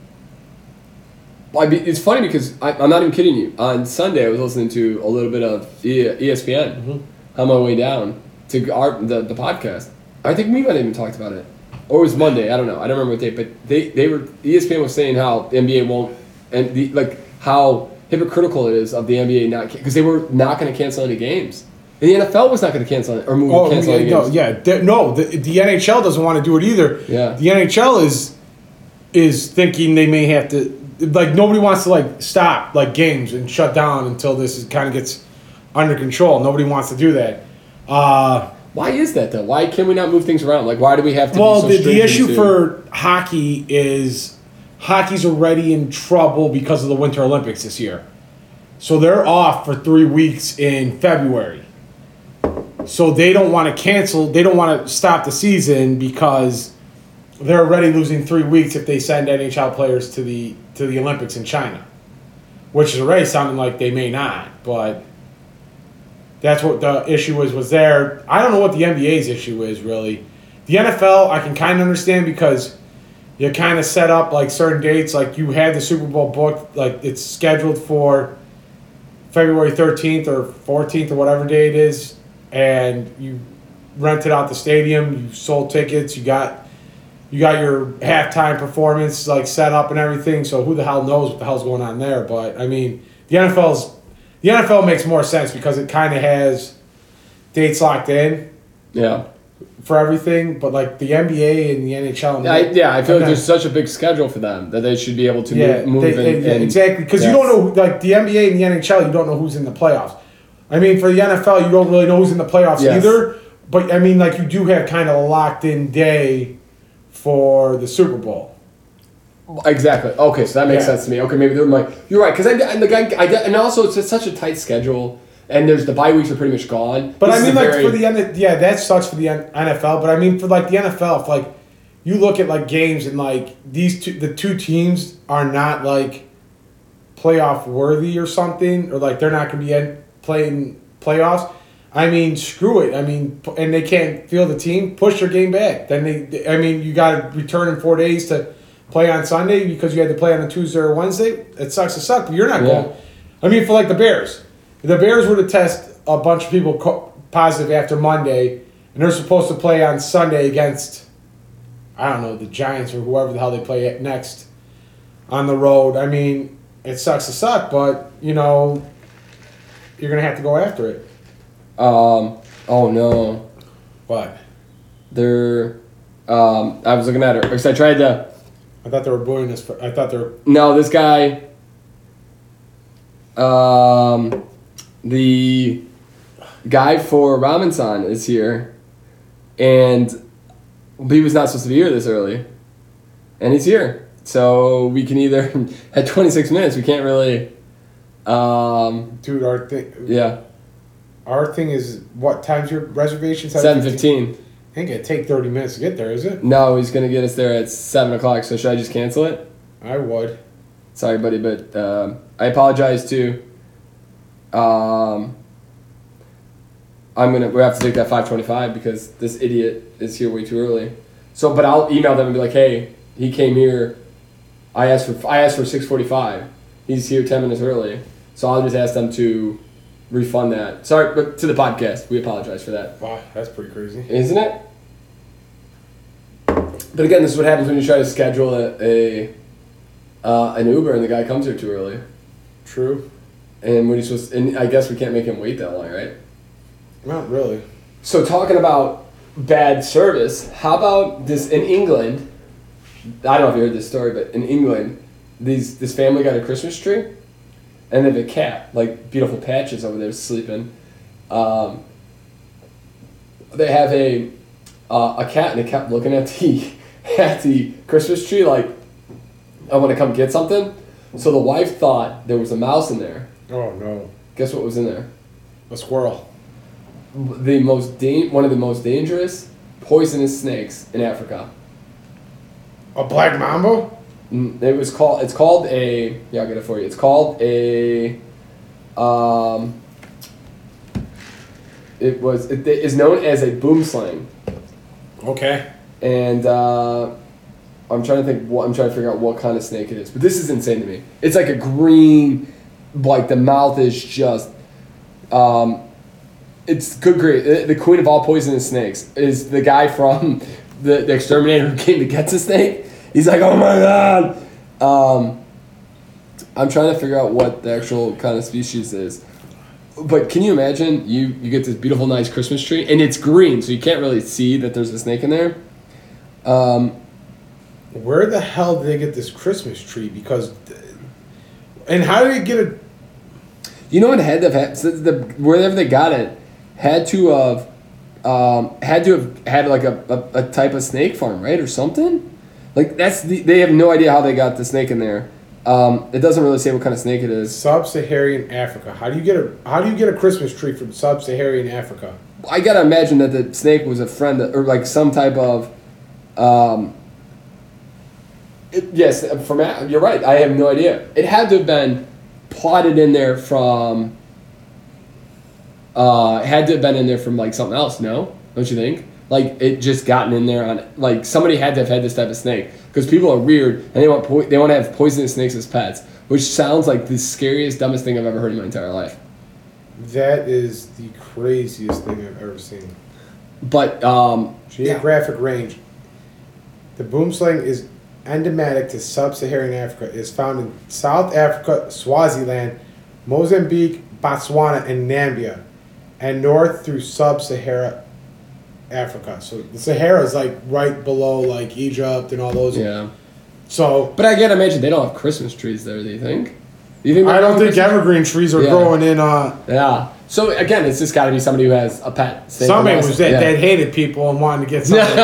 [SPEAKER 1] I be, it's funny because I, I'm not even kidding you. On Sunday, I was listening to a little bit of E- ESPN
[SPEAKER 2] Mm-hmm.
[SPEAKER 1] on my way down to our the, the podcast. I think we might have even talked about it, or it was Monday. I don't know. I don't remember what day, but they they were E ESPN was saying how the NBA won't and the like how hypocritical it is of the NBA not because they were not going to cancel any games. And the NFL was not going to cancel it, or move
[SPEAKER 2] Oh
[SPEAKER 1] cancel
[SPEAKER 2] yeah,
[SPEAKER 1] any
[SPEAKER 2] no,
[SPEAKER 1] games.
[SPEAKER 2] yeah, the- no. The, the NHL doesn't want to do it either.
[SPEAKER 1] Yeah.
[SPEAKER 2] the NHL is is thinking they may have to like nobody wants to like stop like games and shut down until this is, kind of gets under control. Nobody wants to do that. Uh,
[SPEAKER 1] Why is that though? Why can we not move things around? Like why do we have to?
[SPEAKER 2] well,
[SPEAKER 1] be so
[SPEAKER 2] the, the
[SPEAKER 1] stringent
[SPEAKER 2] issue
[SPEAKER 1] to-
[SPEAKER 2] for hockey is hockey's already in trouble because of the Winter Olympics this year. So they're off for three weeks in February. So they don't want to cancel, they don't want to stop the season because they're already losing three weeks if they send NHL players to the to the Olympics in China. Which is already sounding like they may not, but that's what the issue was was there. I don't know what the NBA's issue is really. The NFL I can kind of understand because you kind of set up like certain dates. Like you had the Super Bowl booked, like it's scheduled for February thirteenth or fourteenth or whatever day it is, and you rented out the stadium. You sold tickets. You got you got your halftime performance like set up and everything. So who the hell knows what the hell's going on there? But I mean, the NFL's the NFL makes more sense because it kind of has dates locked in
[SPEAKER 1] yeah.
[SPEAKER 2] for everything. But like the NBA and the NHL, and
[SPEAKER 1] I, yeah, I feel like
[SPEAKER 2] Okay.
[SPEAKER 1] there's such a big schedule for them that they should be able to
[SPEAKER 2] yeah,
[SPEAKER 1] move, move
[SPEAKER 2] they-
[SPEAKER 1] and,
[SPEAKER 2] yeah,
[SPEAKER 1] and-
[SPEAKER 2] exactly because
[SPEAKER 1] yes.
[SPEAKER 2] you don't know who- like the NBA and the NHL, you don't know who's in the playoffs. I mean, for the NFL, you don't really know who's in the playoffs
[SPEAKER 1] Yes.
[SPEAKER 2] either. But I mean, like you do have kind of locked in day for the Super Bowl.
[SPEAKER 1] exactly. Okay, so that makes
[SPEAKER 2] Yeah.
[SPEAKER 1] sense to me. Okay, maybe they're like you're right because I and the guy I, and also it's just such a tight schedule and there's the bye weeks are pretty much gone.
[SPEAKER 2] But
[SPEAKER 1] This
[SPEAKER 2] I
[SPEAKER 1] is
[SPEAKER 2] mean,
[SPEAKER 1] a
[SPEAKER 2] like
[SPEAKER 1] very-
[SPEAKER 2] for the N yeah, that sucks for the N- NFL. But I mean, for like the NFL, if like you look at like games and like these two, the two teams are not like playoff worthy or something, or like they're not going to be in, playing playoffs. I mean, screw it. I mean, p- and they can't feel the team. Push your game back. Then they, they- I mean, you got to return in four days to play on Sunday because you had to play on a Tuesday or Wednesday. It sucks to suck, but you're not
[SPEAKER 1] Yeah.
[SPEAKER 2] going. I mean, for like the Bears, the Bears were to test a bunch of people co- positive after Monday, and they're supposed to play on Sunday against, I don't know, the Giants or whoever the hell they play at next on the road. I mean, it sucks to suck, but you know, you're gonna have to go after it.
[SPEAKER 1] Um, oh no,
[SPEAKER 2] But
[SPEAKER 1] they're. Um, I was looking at her because I tried to.
[SPEAKER 2] I thought they were booing us. For, I thought they were.
[SPEAKER 1] No, this guy. Um, the guy for Robinson is here, and he was not supposed to be here this early, and he's here. So we can either *laughs* at 26 minutes we can't really. Um,
[SPEAKER 2] Dude, our thing.
[SPEAKER 1] yeah,
[SPEAKER 2] Our thing is what time's your reservation?
[SPEAKER 1] 7:15.
[SPEAKER 2] I think it take thirty minutes to get there, is it?
[SPEAKER 1] No, he's gonna get us there at seven o'clock. So should I just cancel it?
[SPEAKER 2] I would.
[SPEAKER 1] Sorry, buddy, but um, I apologize to. Um, I'm gonna we have to take that 5:25 because this idiot is here way too early. So, but I'll email them and be like, "Hey, he came here. I asked for I asked for 6:45. He's here 10 minutes early. So I'll just ask them to refund that. Sorry, but to the podcast, we apologize for that,
[SPEAKER 2] Wow, that's pretty crazy.
[SPEAKER 1] isn't it? But again, this is what happens when you try to schedule a, a uh, an Uber and the guy comes here too early.
[SPEAKER 2] True.
[SPEAKER 1] And when he's supposed, and I guess we can't make him wait that long, right?
[SPEAKER 2] Not really.
[SPEAKER 1] So talking about bad service, how about this in England? I don't know if you heard this story, but in England, these this family got a Christmas tree, and they have a cat, like beautiful patches over there sleeping. Um, they have a uh, a cat, and it kept looking at the *laughs* at the Christmas tree like, I want to come get something. So the wife thought there was a mouse in there.
[SPEAKER 2] Oh no,
[SPEAKER 1] Guess what was in there?
[SPEAKER 2] a squirrel.
[SPEAKER 1] the most da- one of the most dangerous poisonous snakes in Africa.
[SPEAKER 2] A black mambo.
[SPEAKER 1] Mm, It was called. It's called a. Yeah, I'll get it for you. It's called a. Um, it was. It is known as a boomslang,
[SPEAKER 2] Okay.
[SPEAKER 1] and uh, I'm trying to think. What I'm trying to figure out what kind of snake it is. But this is insane to me. It's like a green, like the mouth is just. Um, it's good grief. The- The queen of all poisonous snakes is the guy from *laughs* the, the exterminator who came to get the snake. He's like, oh my god. Um, I'm trying to figure out what the actual kind of species is. But can you imagine? You you get this beautiful, nice Christmas tree, and it's green, so you can't really see that there's a snake in there. Um,
[SPEAKER 2] Where the hell did they get this Christmas tree? Because, and how did they get it?
[SPEAKER 1] you know what had to have had, so the, wherever they got it had to have um, had to have had like a, a, a type of snake farm, right, or something. Like that's the, they have no idea how they got the snake in there. Um, it doesn't really say what kind of snake it is.
[SPEAKER 2] Sub-Saharan Africa. How do you get a How do you get a Christmas tree from Sub-Saharan Africa?
[SPEAKER 1] I gotta imagine that the snake was a friend or like some type of. Um, it- yes, from a- you're right. I have no idea. It had to have been plotted in there from. Uh, it had to have been in there from like something else. No, don't you think? Like it just gotten in there on like somebody had to have had this type of snake because people are weird and they want po- they want to have poisonous snakes as pets, which sounds like the scariest, dumbest thing I've ever heard in my entire life.
[SPEAKER 2] That is the craziest thing I've ever seen.
[SPEAKER 1] But um,
[SPEAKER 2] Geographic range. The boomslang is endemic to sub-Saharan Africa. Is found in South Africa, Swaziland, Mozambique, Botswana, and Namibia, and north through sub-Sahara Africa. So the Sahara is like right below like Egypt and all those.
[SPEAKER 1] yeah.
[SPEAKER 2] So
[SPEAKER 1] But I can't imagine they don't have Christmas trees there. Do you think? Do you think? they
[SPEAKER 2] I don't
[SPEAKER 1] have
[SPEAKER 2] think
[SPEAKER 1] Christmas-
[SPEAKER 2] evergreen trees are
[SPEAKER 1] Yeah.
[SPEAKER 2] growing in. Uh,
[SPEAKER 1] Yeah. So again, it's just got to be somebody who has a pet. Snake
[SPEAKER 2] somebody
[SPEAKER 1] or mouse.
[SPEAKER 2] was that,
[SPEAKER 1] Yeah.
[SPEAKER 2] that hated people and wanted
[SPEAKER 1] *laughs*
[SPEAKER 2] to get something.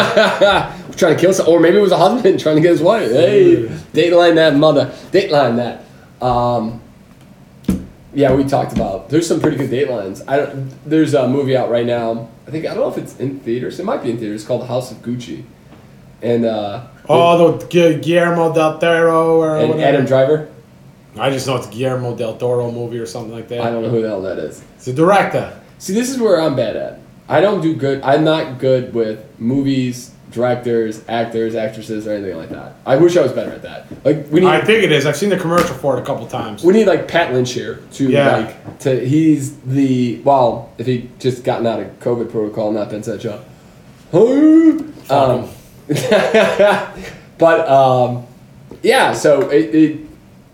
[SPEAKER 1] trying to kill some, or maybe it was a husband *laughs* trying to get his wife. Hey, dateline that mother, dateline that. Um, yeah, we talked about. There's some pretty good datelines. I don't, there's a movie out right now. I think I don't know if it's in theaters. It might be in theaters. It's called House of Gucci, and uh,
[SPEAKER 2] Oh, the Gu- Guillermo del Toro or
[SPEAKER 1] and
[SPEAKER 2] whatever.
[SPEAKER 1] Adam Driver.
[SPEAKER 2] I just know it's a Guillermo del Toro movie or something like that.
[SPEAKER 1] I don't know who the hell that is.
[SPEAKER 2] It's a director.
[SPEAKER 1] See, this is where I'm bad at. I don't do good. I'm not good with movies, directors, actors, actresses, or anything like that. I wish I was better at that. Like we need,
[SPEAKER 2] I think it is. I've seen the commercial for it a couple times.
[SPEAKER 1] we need like Pat Lynch here to
[SPEAKER 2] Yeah.
[SPEAKER 1] like to. He's the well, if he just gotten out of COVID protocol, and not been set up. Um, *laughs* but um, yeah, so it, it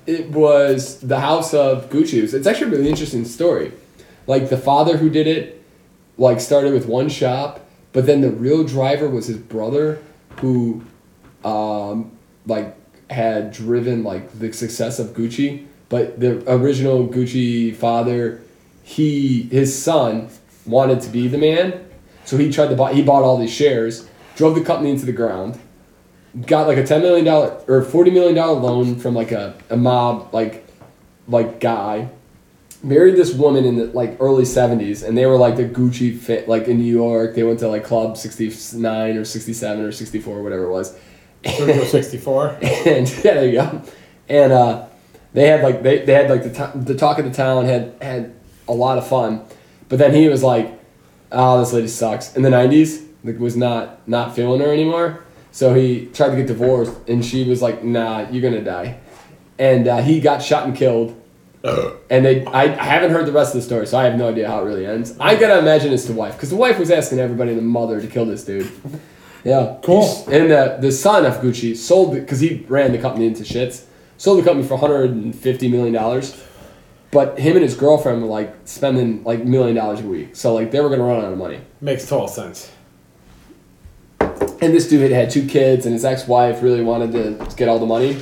[SPEAKER 1] it was the house of Gucci's. It's actually a really interesting story. Like the father who did it, like started with one shop, but then the real driver was his brother, who, um, like had driven like the success of Gucci. But the original Gucci father, he his son wanted to be the man, so he tried to buy. He bought all these shares, drove the company into the ground got like a ten million dollar or forty million dollar loan from like a, a mob like like guy married this woman in the like early 70s and they were like the gucci fit like in new york they went to like club 69 or 67 or 64 or whatever it was
[SPEAKER 2] Studio 64.
[SPEAKER 1] *laughs* and yeah, there you go. And uh, they had like they, they had like the to- the talk of the town had had a lot of fun, but then he was like, "Oh, this lady sucks." In the '90s, like was not not feeling her anymore. So he tried to get divorced, and she was like, "Nah, you're gonna die," and uh, he got shot and killed. And they, I, I haven't heard the rest of the story, so I have no idea how it really ends. I gotta imagine it's the wife, because the wife was asking everybody and the mother to kill this dude. Yeah,
[SPEAKER 2] Cool.
[SPEAKER 1] And the the son of Gucci sold because he ran the company into shits. Sold the company for 150 million dollars, but him and his girlfriend were like spending like million dollars a week. So like they were gonna run out of money.
[SPEAKER 2] Makes total sense.
[SPEAKER 1] And this dude had had two kids, and his ex wife really wanted to get all the money,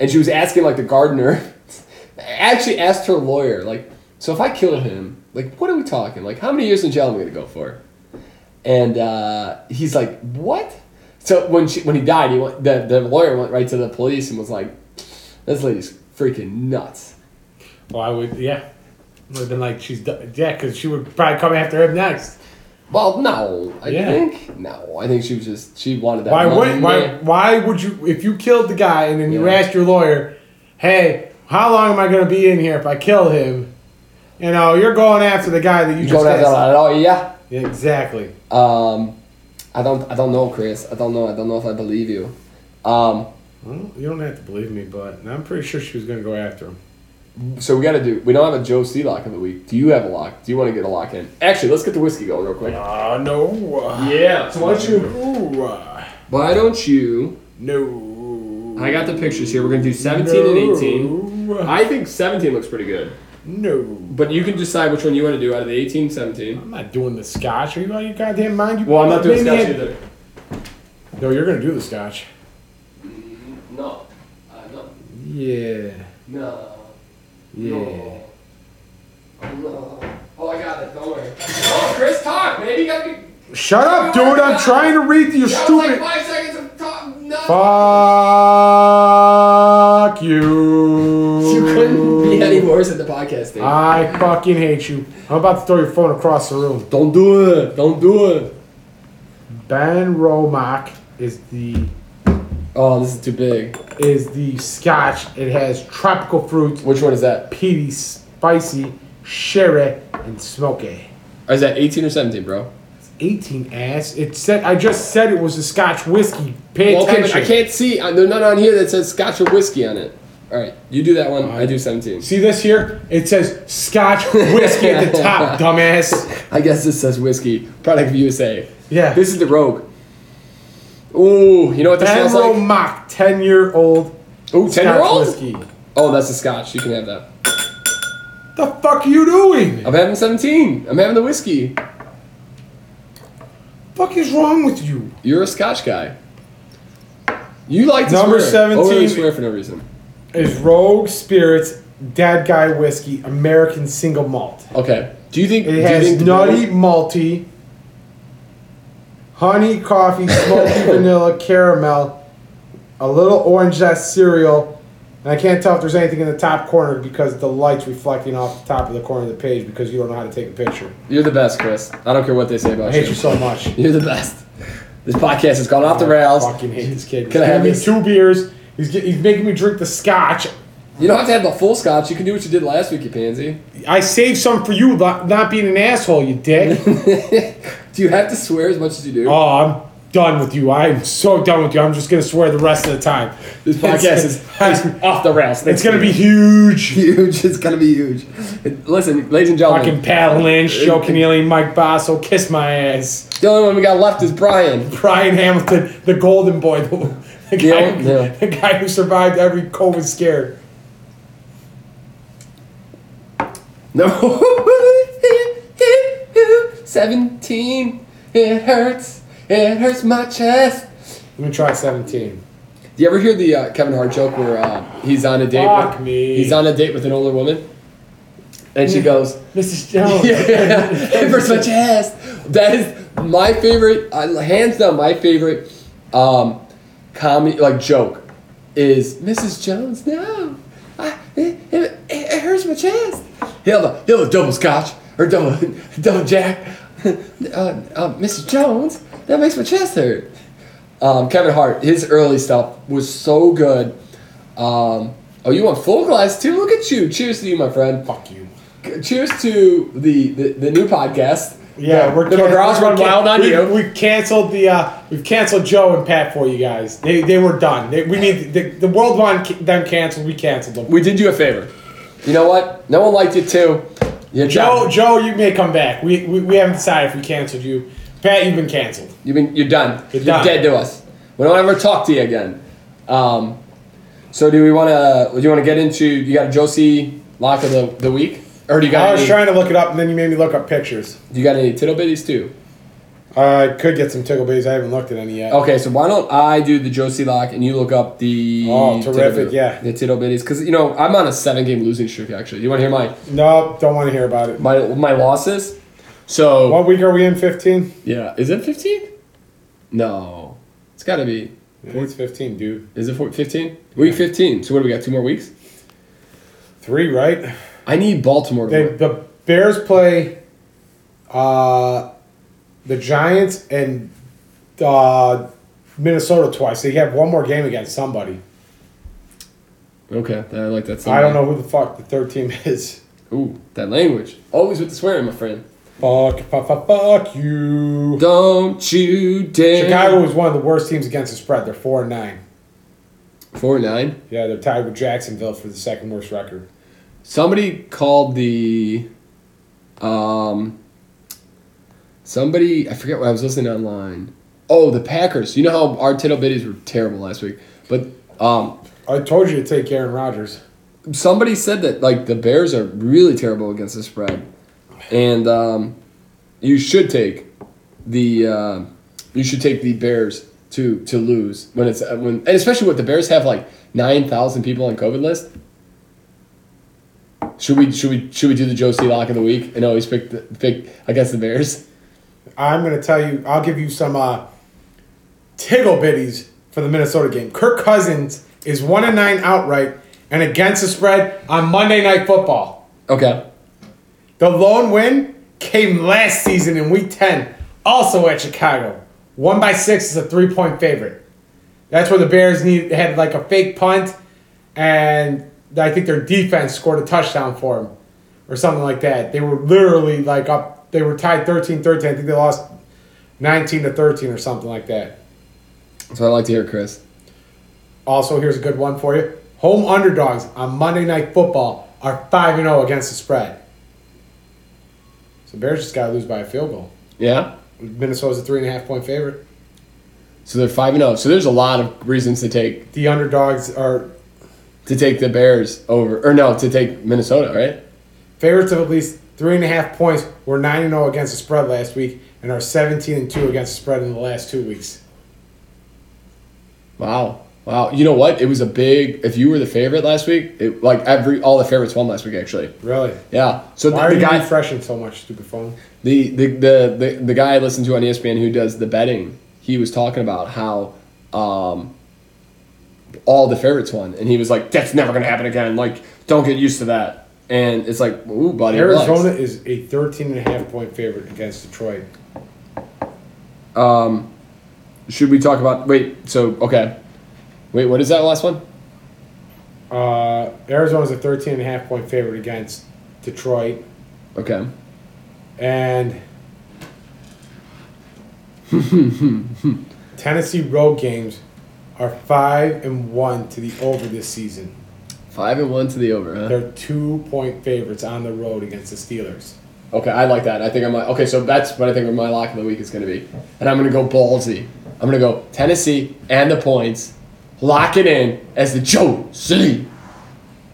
[SPEAKER 1] and she was asking like the gardener, *laughs* actually asked her lawyer like, so if I kill him, like what are we talking? Like how many years in jail am I gonna go for? and uh, he's like, "What?" So when she when he died, he went, the the lawyer went right to the police and was like, "This lady's freaking nuts."
[SPEAKER 2] Well, I would, yeah. Would have been like, she's, d- yeah, because she would probably come after him next.
[SPEAKER 1] Well, no, I
[SPEAKER 2] Yeah.
[SPEAKER 1] think no, I think she was just she wanted that.
[SPEAKER 2] Why
[SPEAKER 1] money.
[SPEAKER 2] would, why, why would you, if you killed the guy and then you
[SPEAKER 1] Yeah.
[SPEAKER 2] asked your lawyer, hey, how long am I going to be in here if I kill him? You know, you're going after the guy that you,
[SPEAKER 1] You
[SPEAKER 2] just
[SPEAKER 1] don't have that
[SPEAKER 2] asked.
[SPEAKER 1] at all, yeah.
[SPEAKER 2] Exactly.
[SPEAKER 1] Um, I don't, I don't know, Chris. I don't know. I don't know if I believe you. Um,
[SPEAKER 2] Well, you don't have to believe me, but I'm pretty sure she was going to go after him.
[SPEAKER 1] so we got to do. We don't have a Joe C lock of the week. Do you have a lock? Do you want to get a lock in? Actually, let's get the whiskey going real quick.
[SPEAKER 2] Oh, no.
[SPEAKER 1] Yeah. So why don't you?
[SPEAKER 2] Ooh, uh,
[SPEAKER 1] Why don't you?
[SPEAKER 2] no.
[SPEAKER 1] I got the pictures here. We're gonna do seventeen and eighteen. I think 17 looks pretty good.
[SPEAKER 2] No.
[SPEAKER 1] But you can decide which one you want to do out of the 18, 17.
[SPEAKER 2] I'm not doing the scotch. Are you out of your goddamn mind? You
[SPEAKER 1] Well, I'm not doing
[SPEAKER 2] maniac.
[SPEAKER 1] Scotch either.
[SPEAKER 2] No, you're going to do the scotch.
[SPEAKER 1] No. Uh, no.
[SPEAKER 2] Yeah.
[SPEAKER 1] No.
[SPEAKER 2] Yeah.
[SPEAKER 1] Oh, no. Oh, I got it. Don't worry. Oh, Chris, talk, man. You got to be.
[SPEAKER 2] Shut up, dude. I'm trying to read you,
[SPEAKER 1] That was like
[SPEAKER 2] stupid.
[SPEAKER 1] five seconds of talk. No.
[SPEAKER 2] Fuck you.
[SPEAKER 1] You couldn't be any worse at the podcast thing.
[SPEAKER 2] I fucking hate you. I'm about to throw your phone across the room.
[SPEAKER 1] don't do it. Don't do it.
[SPEAKER 2] Ben Romack is the
[SPEAKER 1] Oh, this is too big.
[SPEAKER 2] is the scotch. It has tropical fruit,
[SPEAKER 1] Which one is that?
[SPEAKER 2] peaty, spicy, sherry, and smoky.
[SPEAKER 1] Is that 18 or 17, bro?
[SPEAKER 2] 18 ass. It said I just said it was a Scotch whiskey. Pay
[SPEAKER 1] Well, okay, but
[SPEAKER 2] attention.
[SPEAKER 1] I can't see. uh, There's none on here that says Scotch or whiskey on it. All right, you do that one. I do 17.
[SPEAKER 2] See this here? It says Scotch whiskey at
[SPEAKER 1] *laughs*
[SPEAKER 2] the top, dumbass.
[SPEAKER 1] I guess this says whiskey, product of USA.
[SPEAKER 2] Yeah.
[SPEAKER 1] This is the Rogue. Ooh, you know what this
[SPEAKER 2] Ben
[SPEAKER 1] smells like?
[SPEAKER 2] Romack, 10 year old
[SPEAKER 1] Ooh, 10 year
[SPEAKER 2] Scotch
[SPEAKER 1] old?
[SPEAKER 2] whiskey.
[SPEAKER 1] Oh, that's a scotch. You can have that.
[SPEAKER 2] The fuck are you doing?
[SPEAKER 1] I'm having 17. I'm having the whiskey.
[SPEAKER 2] fuck is wrong with you?
[SPEAKER 1] You're a scotch guy. You like to
[SPEAKER 2] Number
[SPEAKER 1] swear.
[SPEAKER 2] 17.
[SPEAKER 1] Overly swear for no reason.
[SPEAKER 2] Is Rogue Spirits Dad Guy Whiskey American Single Malt?
[SPEAKER 1] Okay. Do you think. do
[SPEAKER 2] It
[SPEAKER 1] you
[SPEAKER 2] has
[SPEAKER 1] think
[SPEAKER 2] nutty, malty, honey,
[SPEAKER 1] *laughs*
[SPEAKER 2] coffee, smoky vanilla, caramel, a little orange zest cereal, and I can't tell if there's anything in the top corner because the light's reflecting off the top of the corner of the page because you don't know how to take a picture.
[SPEAKER 1] *laughs* You're the best, Chris. I don't care what they say about
[SPEAKER 2] I hate
[SPEAKER 1] you.
[SPEAKER 2] you so much.
[SPEAKER 1] You're the best. This podcast has gone off the rails.
[SPEAKER 2] I fucking hate this kid.
[SPEAKER 1] Can I
[SPEAKER 2] He's
[SPEAKER 1] have
[SPEAKER 2] giving me
[SPEAKER 1] this?
[SPEAKER 2] two beers? He's, get, he's making me drink the scotch.
[SPEAKER 1] You don't have to have the full scotch. You can do what you did last week, you pansy. *laughs*
[SPEAKER 2] I saved some for you, but not being an asshole,
[SPEAKER 1] *laughs*
[SPEAKER 2] you dick.
[SPEAKER 1] do you have to swear as much as you do?
[SPEAKER 2] oh, I'm done with you. I'm so done with you. I'm just gonna swear the rest of the time.
[SPEAKER 1] this podcast is is off the rails.
[SPEAKER 2] It's gonna be huge.
[SPEAKER 1] *laughs* huge. It's gonna be huge. Listen, ladies and gentlemen, Uh,
[SPEAKER 2] Fucking Pat Lynch, Joe Keneally, Mike Basso, kiss my ass.
[SPEAKER 1] the only one we got left is Brian.
[SPEAKER 2] Brian Hamilton, the golden boy, the, the, guy,
[SPEAKER 1] Yeah,
[SPEAKER 2] who-
[SPEAKER 1] yeah.
[SPEAKER 2] the guy who survived every COVID scare.
[SPEAKER 1] No. *laughs* Seventeen. It hurts. It hurts my chest.
[SPEAKER 2] Let me try 17.
[SPEAKER 1] Do you ever hear the uh, Kevin Hart joke where uh, he's on a date?
[SPEAKER 2] Fuck
[SPEAKER 1] with,
[SPEAKER 2] me.
[SPEAKER 1] He's on a date with an older woman, and she goes,
[SPEAKER 2] Mrs.
[SPEAKER 1] *laughs*
[SPEAKER 2] Jones. *laughs*
[SPEAKER 1] yeah, it hurts my chest. That is my favorite, uh, hands down, my favorite um, comedy like joke is Mrs. Jones. No, I, it, it, it hurts my chest. He'll have a, he'll have a double scotch or double *laughs* double jack. uh, uh, Mrs. Jones, that makes my chest hurt. Um, Kevin Hart, his early stuff was so good. Um, oh, you want full glass too? Look at you. Cheers to you, my friend
[SPEAKER 2] Fuck you.
[SPEAKER 1] cheers to the, the, the new podcast.
[SPEAKER 2] Yeah,
[SPEAKER 1] the,
[SPEAKER 2] we're
[SPEAKER 1] the
[SPEAKER 2] can-
[SPEAKER 1] McGraws
[SPEAKER 2] we're
[SPEAKER 1] run
[SPEAKER 2] can-
[SPEAKER 1] wild on
[SPEAKER 2] we,
[SPEAKER 1] you.
[SPEAKER 2] We canceled the uh, we've canceled Joe and Pat for you guys. They, they were done. They, we need the, the world wanted ca- them canceled. We canceled them.
[SPEAKER 1] we did you a favor. You know what? No one liked you too. You're
[SPEAKER 2] Joe
[SPEAKER 1] done.
[SPEAKER 2] Joe, you may come back. We, we we haven't decided if we canceled you. Pat, you've been canceled.
[SPEAKER 1] You've been, you're done. You're,
[SPEAKER 2] You're done.
[SPEAKER 1] dead to us. We don't ever talk to you again. Um, so do we want to? Do you want to get into? You got a Josie lock of the, the week, or do you
[SPEAKER 2] I
[SPEAKER 1] got?
[SPEAKER 2] was
[SPEAKER 1] Any,
[SPEAKER 2] trying to look it up, and then you made me look up pictures.
[SPEAKER 1] you got any tittle bitties too?
[SPEAKER 2] I could get some tickle babies. I haven't looked at any yet.
[SPEAKER 1] Okay, so why don't I do the Josie lock and you look up the
[SPEAKER 2] Oh, terrific,
[SPEAKER 1] tittle-
[SPEAKER 2] yeah.
[SPEAKER 1] the tittle bitties because you know I'm on a seven game losing streak actually. You want to hear my
[SPEAKER 2] Nope, don't want to hear about it.
[SPEAKER 1] my my losses. So
[SPEAKER 2] What week are we in? 15?
[SPEAKER 1] yeah, is it fifteen? No, it's got to be.
[SPEAKER 2] It's 15, dude.
[SPEAKER 1] Is it fifteen? Week fifteen. So what do we got? Two more weeks.
[SPEAKER 2] Three, right?
[SPEAKER 1] I need Baltimore. to
[SPEAKER 2] They,
[SPEAKER 1] win.
[SPEAKER 2] the Bears play uh, the Giants and uh, Minnesota twice. They have one more game against somebody.
[SPEAKER 1] Okay, I like that.
[SPEAKER 2] I don't know who the fuck the third team *laughs* is.
[SPEAKER 1] Ooh, that language. Always with the swearing, my friend.
[SPEAKER 2] Fuck, fuck, fuck, fuck you.
[SPEAKER 1] Don't you dare.
[SPEAKER 2] Chicago was one of the worst teams against the spread. They're 4 and 9.
[SPEAKER 1] four nine.
[SPEAKER 2] Yeah, they're tied with Jacksonville for the second worst record.
[SPEAKER 1] Somebody called the. Um. Somebody, I forget what I was listening online. Oh, the Packers. You know how our tittle bitties were terrible last week, but um,
[SPEAKER 2] I told you to take Aaron Rodgers.
[SPEAKER 1] somebody said that like the Bears are really terrible against the spread, and um, you should take the uh, you should take the Bears to to lose when it's uh, when and especially what the Bears have like nine thousand people on COVID list. Should we should we should we do the Joe C lock of the week and always pick the, pick against the Bears?
[SPEAKER 2] I'm going to tell you, I'll give you some uh, tickle bitties for the Minnesota game. Kirk Cousins is 1 and 9 outright and against the spread on Monday Night Football.
[SPEAKER 1] Okay,
[SPEAKER 2] The lone win came last season in week 10, also at Chicago. 1 by 6 is a three point favorite. That's where the Bears need had like a fake punt, and I think their defense scored a touchdown for them or something like that. They were literally like up, they were tied 13 13. I think they lost 19 to 13 or something like that.
[SPEAKER 1] that's what I like to hear, Chris.
[SPEAKER 2] Also, here's a good one for you home underdogs on Monday Night Football are 5 0 against the spread. So Bears just got to lose by a field goal.
[SPEAKER 1] Yeah,
[SPEAKER 2] Minnesota's a three and a half point favorite.
[SPEAKER 1] so they're five and zero. So there's a lot of reasons to take
[SPEAKER 2] The underdogs are
[SPEAKER 1] to take the Bears over, or no, to take Minnesota, right?
[SPEAKER 2] Favorites of at least three and a half points were nine and zero against the spread last week, and are seventeen and two against the spread in the last two weeks.
[SPEAKER 1] Wow, wow. You know what? It was a big. If you were the favorite last week, it, like every all the favorites won last week, actually.
[SPEAKER 2] Really?
[SPEAKER 1] Yeah. So
[SPEAKER 2] Why
[SPEAKER 1] the,
[SPEAKER 2] are
[SPEAKER 1] the
[SPEAKER 2] you
[SPEAKER 1] guy,
[SPEAKER 2] refreshing so much, stupid phone?
[SPEAKER 1] the, the the the the guy I listened to on E ESPN who does the betting, he was talking about how. Um, all the favorites won, and he was like, "That's never gonna happen again. Like, don't get used to that." And it's like, "Ooh, buddy, relax."
[SPEAKER 2] Arizona is a 13 and a half point favorite against Detroit.
[SPEAKER 1] Should we talk about? Wait. So okay. Wait. What is that last one?
[SPEAKER 2] Uh, Arizona's a 13 and a half point favorite against Detroit.
[SPEAKER 1] Okay.
[SPEAKER 2] And *laughs* Tennessee road games are 5 and 1 to the over this season.
[SPEAKER 1] Five and one to the over, huh?
[SPEAKER 2] They're two point favorites on the road against the Steelers.
[SPEAKER 1] Okay, I like that. I think I'm like okay. So that's what I think my lock of the week is going to be, and I'm going to go ballsy. I'm going to go Tennessee and the points, lock it in as the Joe City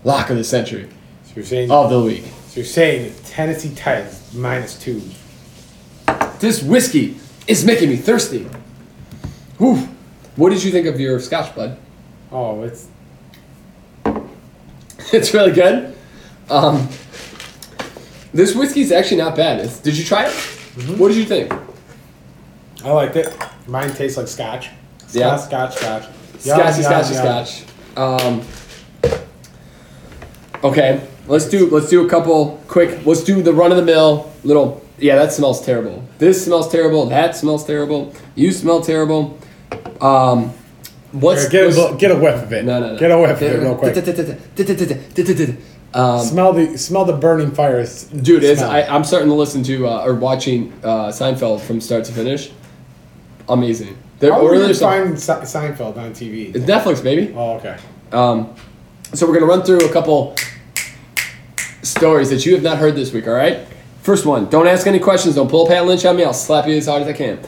[SPEAKER 1] lock of the century
[SPEAKER 2] So you're saying,
[SPEAKER 1] of the week.
[SPEAKER 2] so you're saying the Tennessee Titans minus two.
[SPEAKER 1] This whiskey is making me thirsty. Whew. What did you think of your Scotch Bud? *laughs*
[SPEAKER 2] Oh, it's
[SPEAKER 1] It's really good. Um, this whiskey's actually not bad. It's, did you try it? What did you think?
[SPEAKER 2] I liked it. Mine tastes like scotch. Scotch,
[SPEAKER 1] Yeah.
[SPEAKER 2] scotch, scotch. Yum,
[SPEAKER 1] Scotchy,
[SPEAKER 2] yum,
[SPEAKER 1] scotchy,
[SPEAKER 2] yum.
[SPEAKER 1] scotch. Um, okay, let's do let's do a couple quick. Let's do the run of the mill little. Yeah, that smells terrible. This smells terrible. That smells terrible. You smell terrible. Um, what's
[SPEAKER 2] Here, Get a,
[SPEAKER 1] what's-
[SPEAKER 2] look- get a whiff of it.
[SPEAKER 1] no no no
[SPEAKER 2] Get a whiff of it real quick.
[SPEAKER 1] quick. Um,
[SPEAKER 2] Smell the smell the burning fire. s-
[SPEAKER 1] Dude, it's,
[SPEAKER 2] smell.
[SPEAKER 1] I, I'm starting to listen to uh, or watching uh, Seinfeld from start to finish. Amazing. They're,
[SPEAKER 2] How
[SPEAKER 1] or
[SPEAKER 2] are you
[SPEAKER 1] there's some-
[SPEAKER 2] find Se- Seinfeld on TV?
[SPEAKER 1] it's Netflix, baby.
[SPEAKER 2] Oh, okay.
[SPEAKER 1] Um, so we're gonna run through a couple stories that you have not heard this week. All right. First one. Don't ask any questions. Don't pull a Pat Lynch on me. I'll slap you as hard as I can.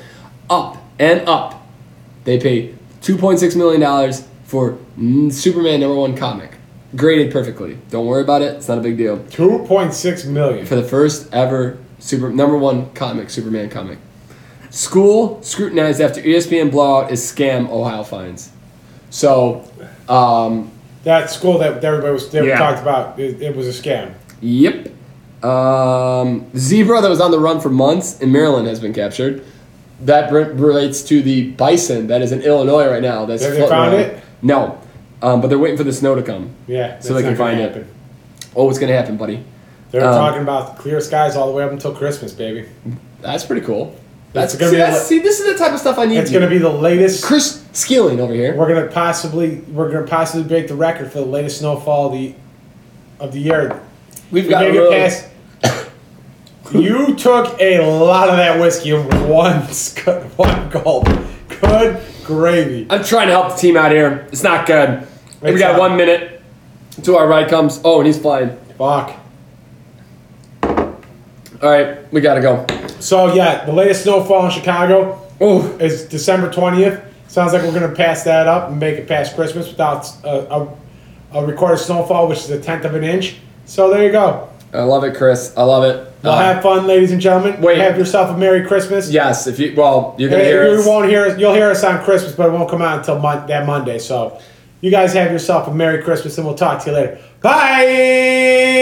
[SPEAKER 1] Up and up. They pay 2.6 million dollars for mm, Superman number one comic, graded perfectly. Don't worry about it. It's not a big deal.
[SPEAKER 2] Two point six million.
[SPEAKER 1] for the first ever super number one comic Superman comic. School scrutinized after E ESPN blowout is scam Ohio finds. So, um,
[SPEAKER 2] That school that everybody was they
[SPEAKER 1] Yeah.
[SPEAKER 2] talked about. It, it was a scam.
[SPEAKER 1] yep. Um, zebra that was on the run for months in Maryland has been captured. That re- relates to the bison that is in Illinois right now. That's
[SPEAKER 2] Have they
[SPEAKER 1] floating
[SPEAKER 2] found
[SPEAKER 1] around.
[SPEAKER 2] it?
[SPEAKER 1] No, um, but they're waiting for the snow to come.
[SPEAKER 2] Yeah.
[SPEAKER 1] So
[SPEAKER 2] that's
[SPEAKER 1] they can
[SPEAKER 2] not gonna
[SPEAKER 1] find it.
[SPEAKER 2] happen.
[SPEAKER 1] Oh, what's gonna happen, buddy?
[SPEAKER 2] They're
[SPEAKER 1] Um,
[SPEAKER 2] talking about clear skies all the way up until Christmas, baby.
[SPEAKER 1] That's pretty cool.
[SPEAKER 2] It's
[SPEAKER 1] That's
[SPEAKER 2] gonna
[SPEAKER 1] see,
[SPEAKER 2] be a
[SPEAKER 1] that's-
[SPEAKER 2] li-
[SPEAKER 1] see, this is the type of stuff I need.
[SPEAKER 2] It's gonna be the latest.
[SPEAKER 1] Chris Skilling over here.
[SPEAKER 2] We're gonna possibly we're gonna possibly break the record for the latest snowfall of the of the year.
[SPEAKER 1] We've
[SPEAKER 2] We
[SPEAKER 1] got
[SPEAKER 2] made it past. you took a lot of that whiskey in one sc- *laughs* one gulp. Good gravy.
[SPEAKER 1] I'm trying to help the team out here. It's not good. we
[SPEAKER 2] It's
[SPEAKER 1] got
[SPEAKER 2] not.
[SPEAKER 1] one minute. To our right comes. Oh, and he's flying.
[SPEAKER 2] Fuck.
[SPEAKER 1] All right, we gotta go.
[SPEAKER 2] So yeah, the latest snowfall in Chicago
[SPEAKER 1] Oh,
[SPEAKER 2] is December twentieth. Sounds like we're gonna pass that up and make it past Christmas without uh, a, a recorded snowfall, which is a tenth of an inch. So there you go.
[SPEAKER 1] I love it, Chris. I love it.
[SPEAKER 2] Well,
[SPEAKER 1] Uh,
[SPEAKER 2] have fun, ladies and gentlemen.
[SPEAKER 1] wait.
[SPEAKER 2] Have yourself a Merry Christmas.
[SPEAKER 1] yes, if you well, you're gonna
[SPEAKER 2] Hey,
[SPEAKER 1] hear
[SPEAKER 2] you
[SPEAKER 1] us.
[SPEAKER 2] won't hear us. You'll hear us on Christmas, but it won't come out until mon- that Monday. So, you guys have yourself a Merry Christmas, and we'll talk to you later. Bye.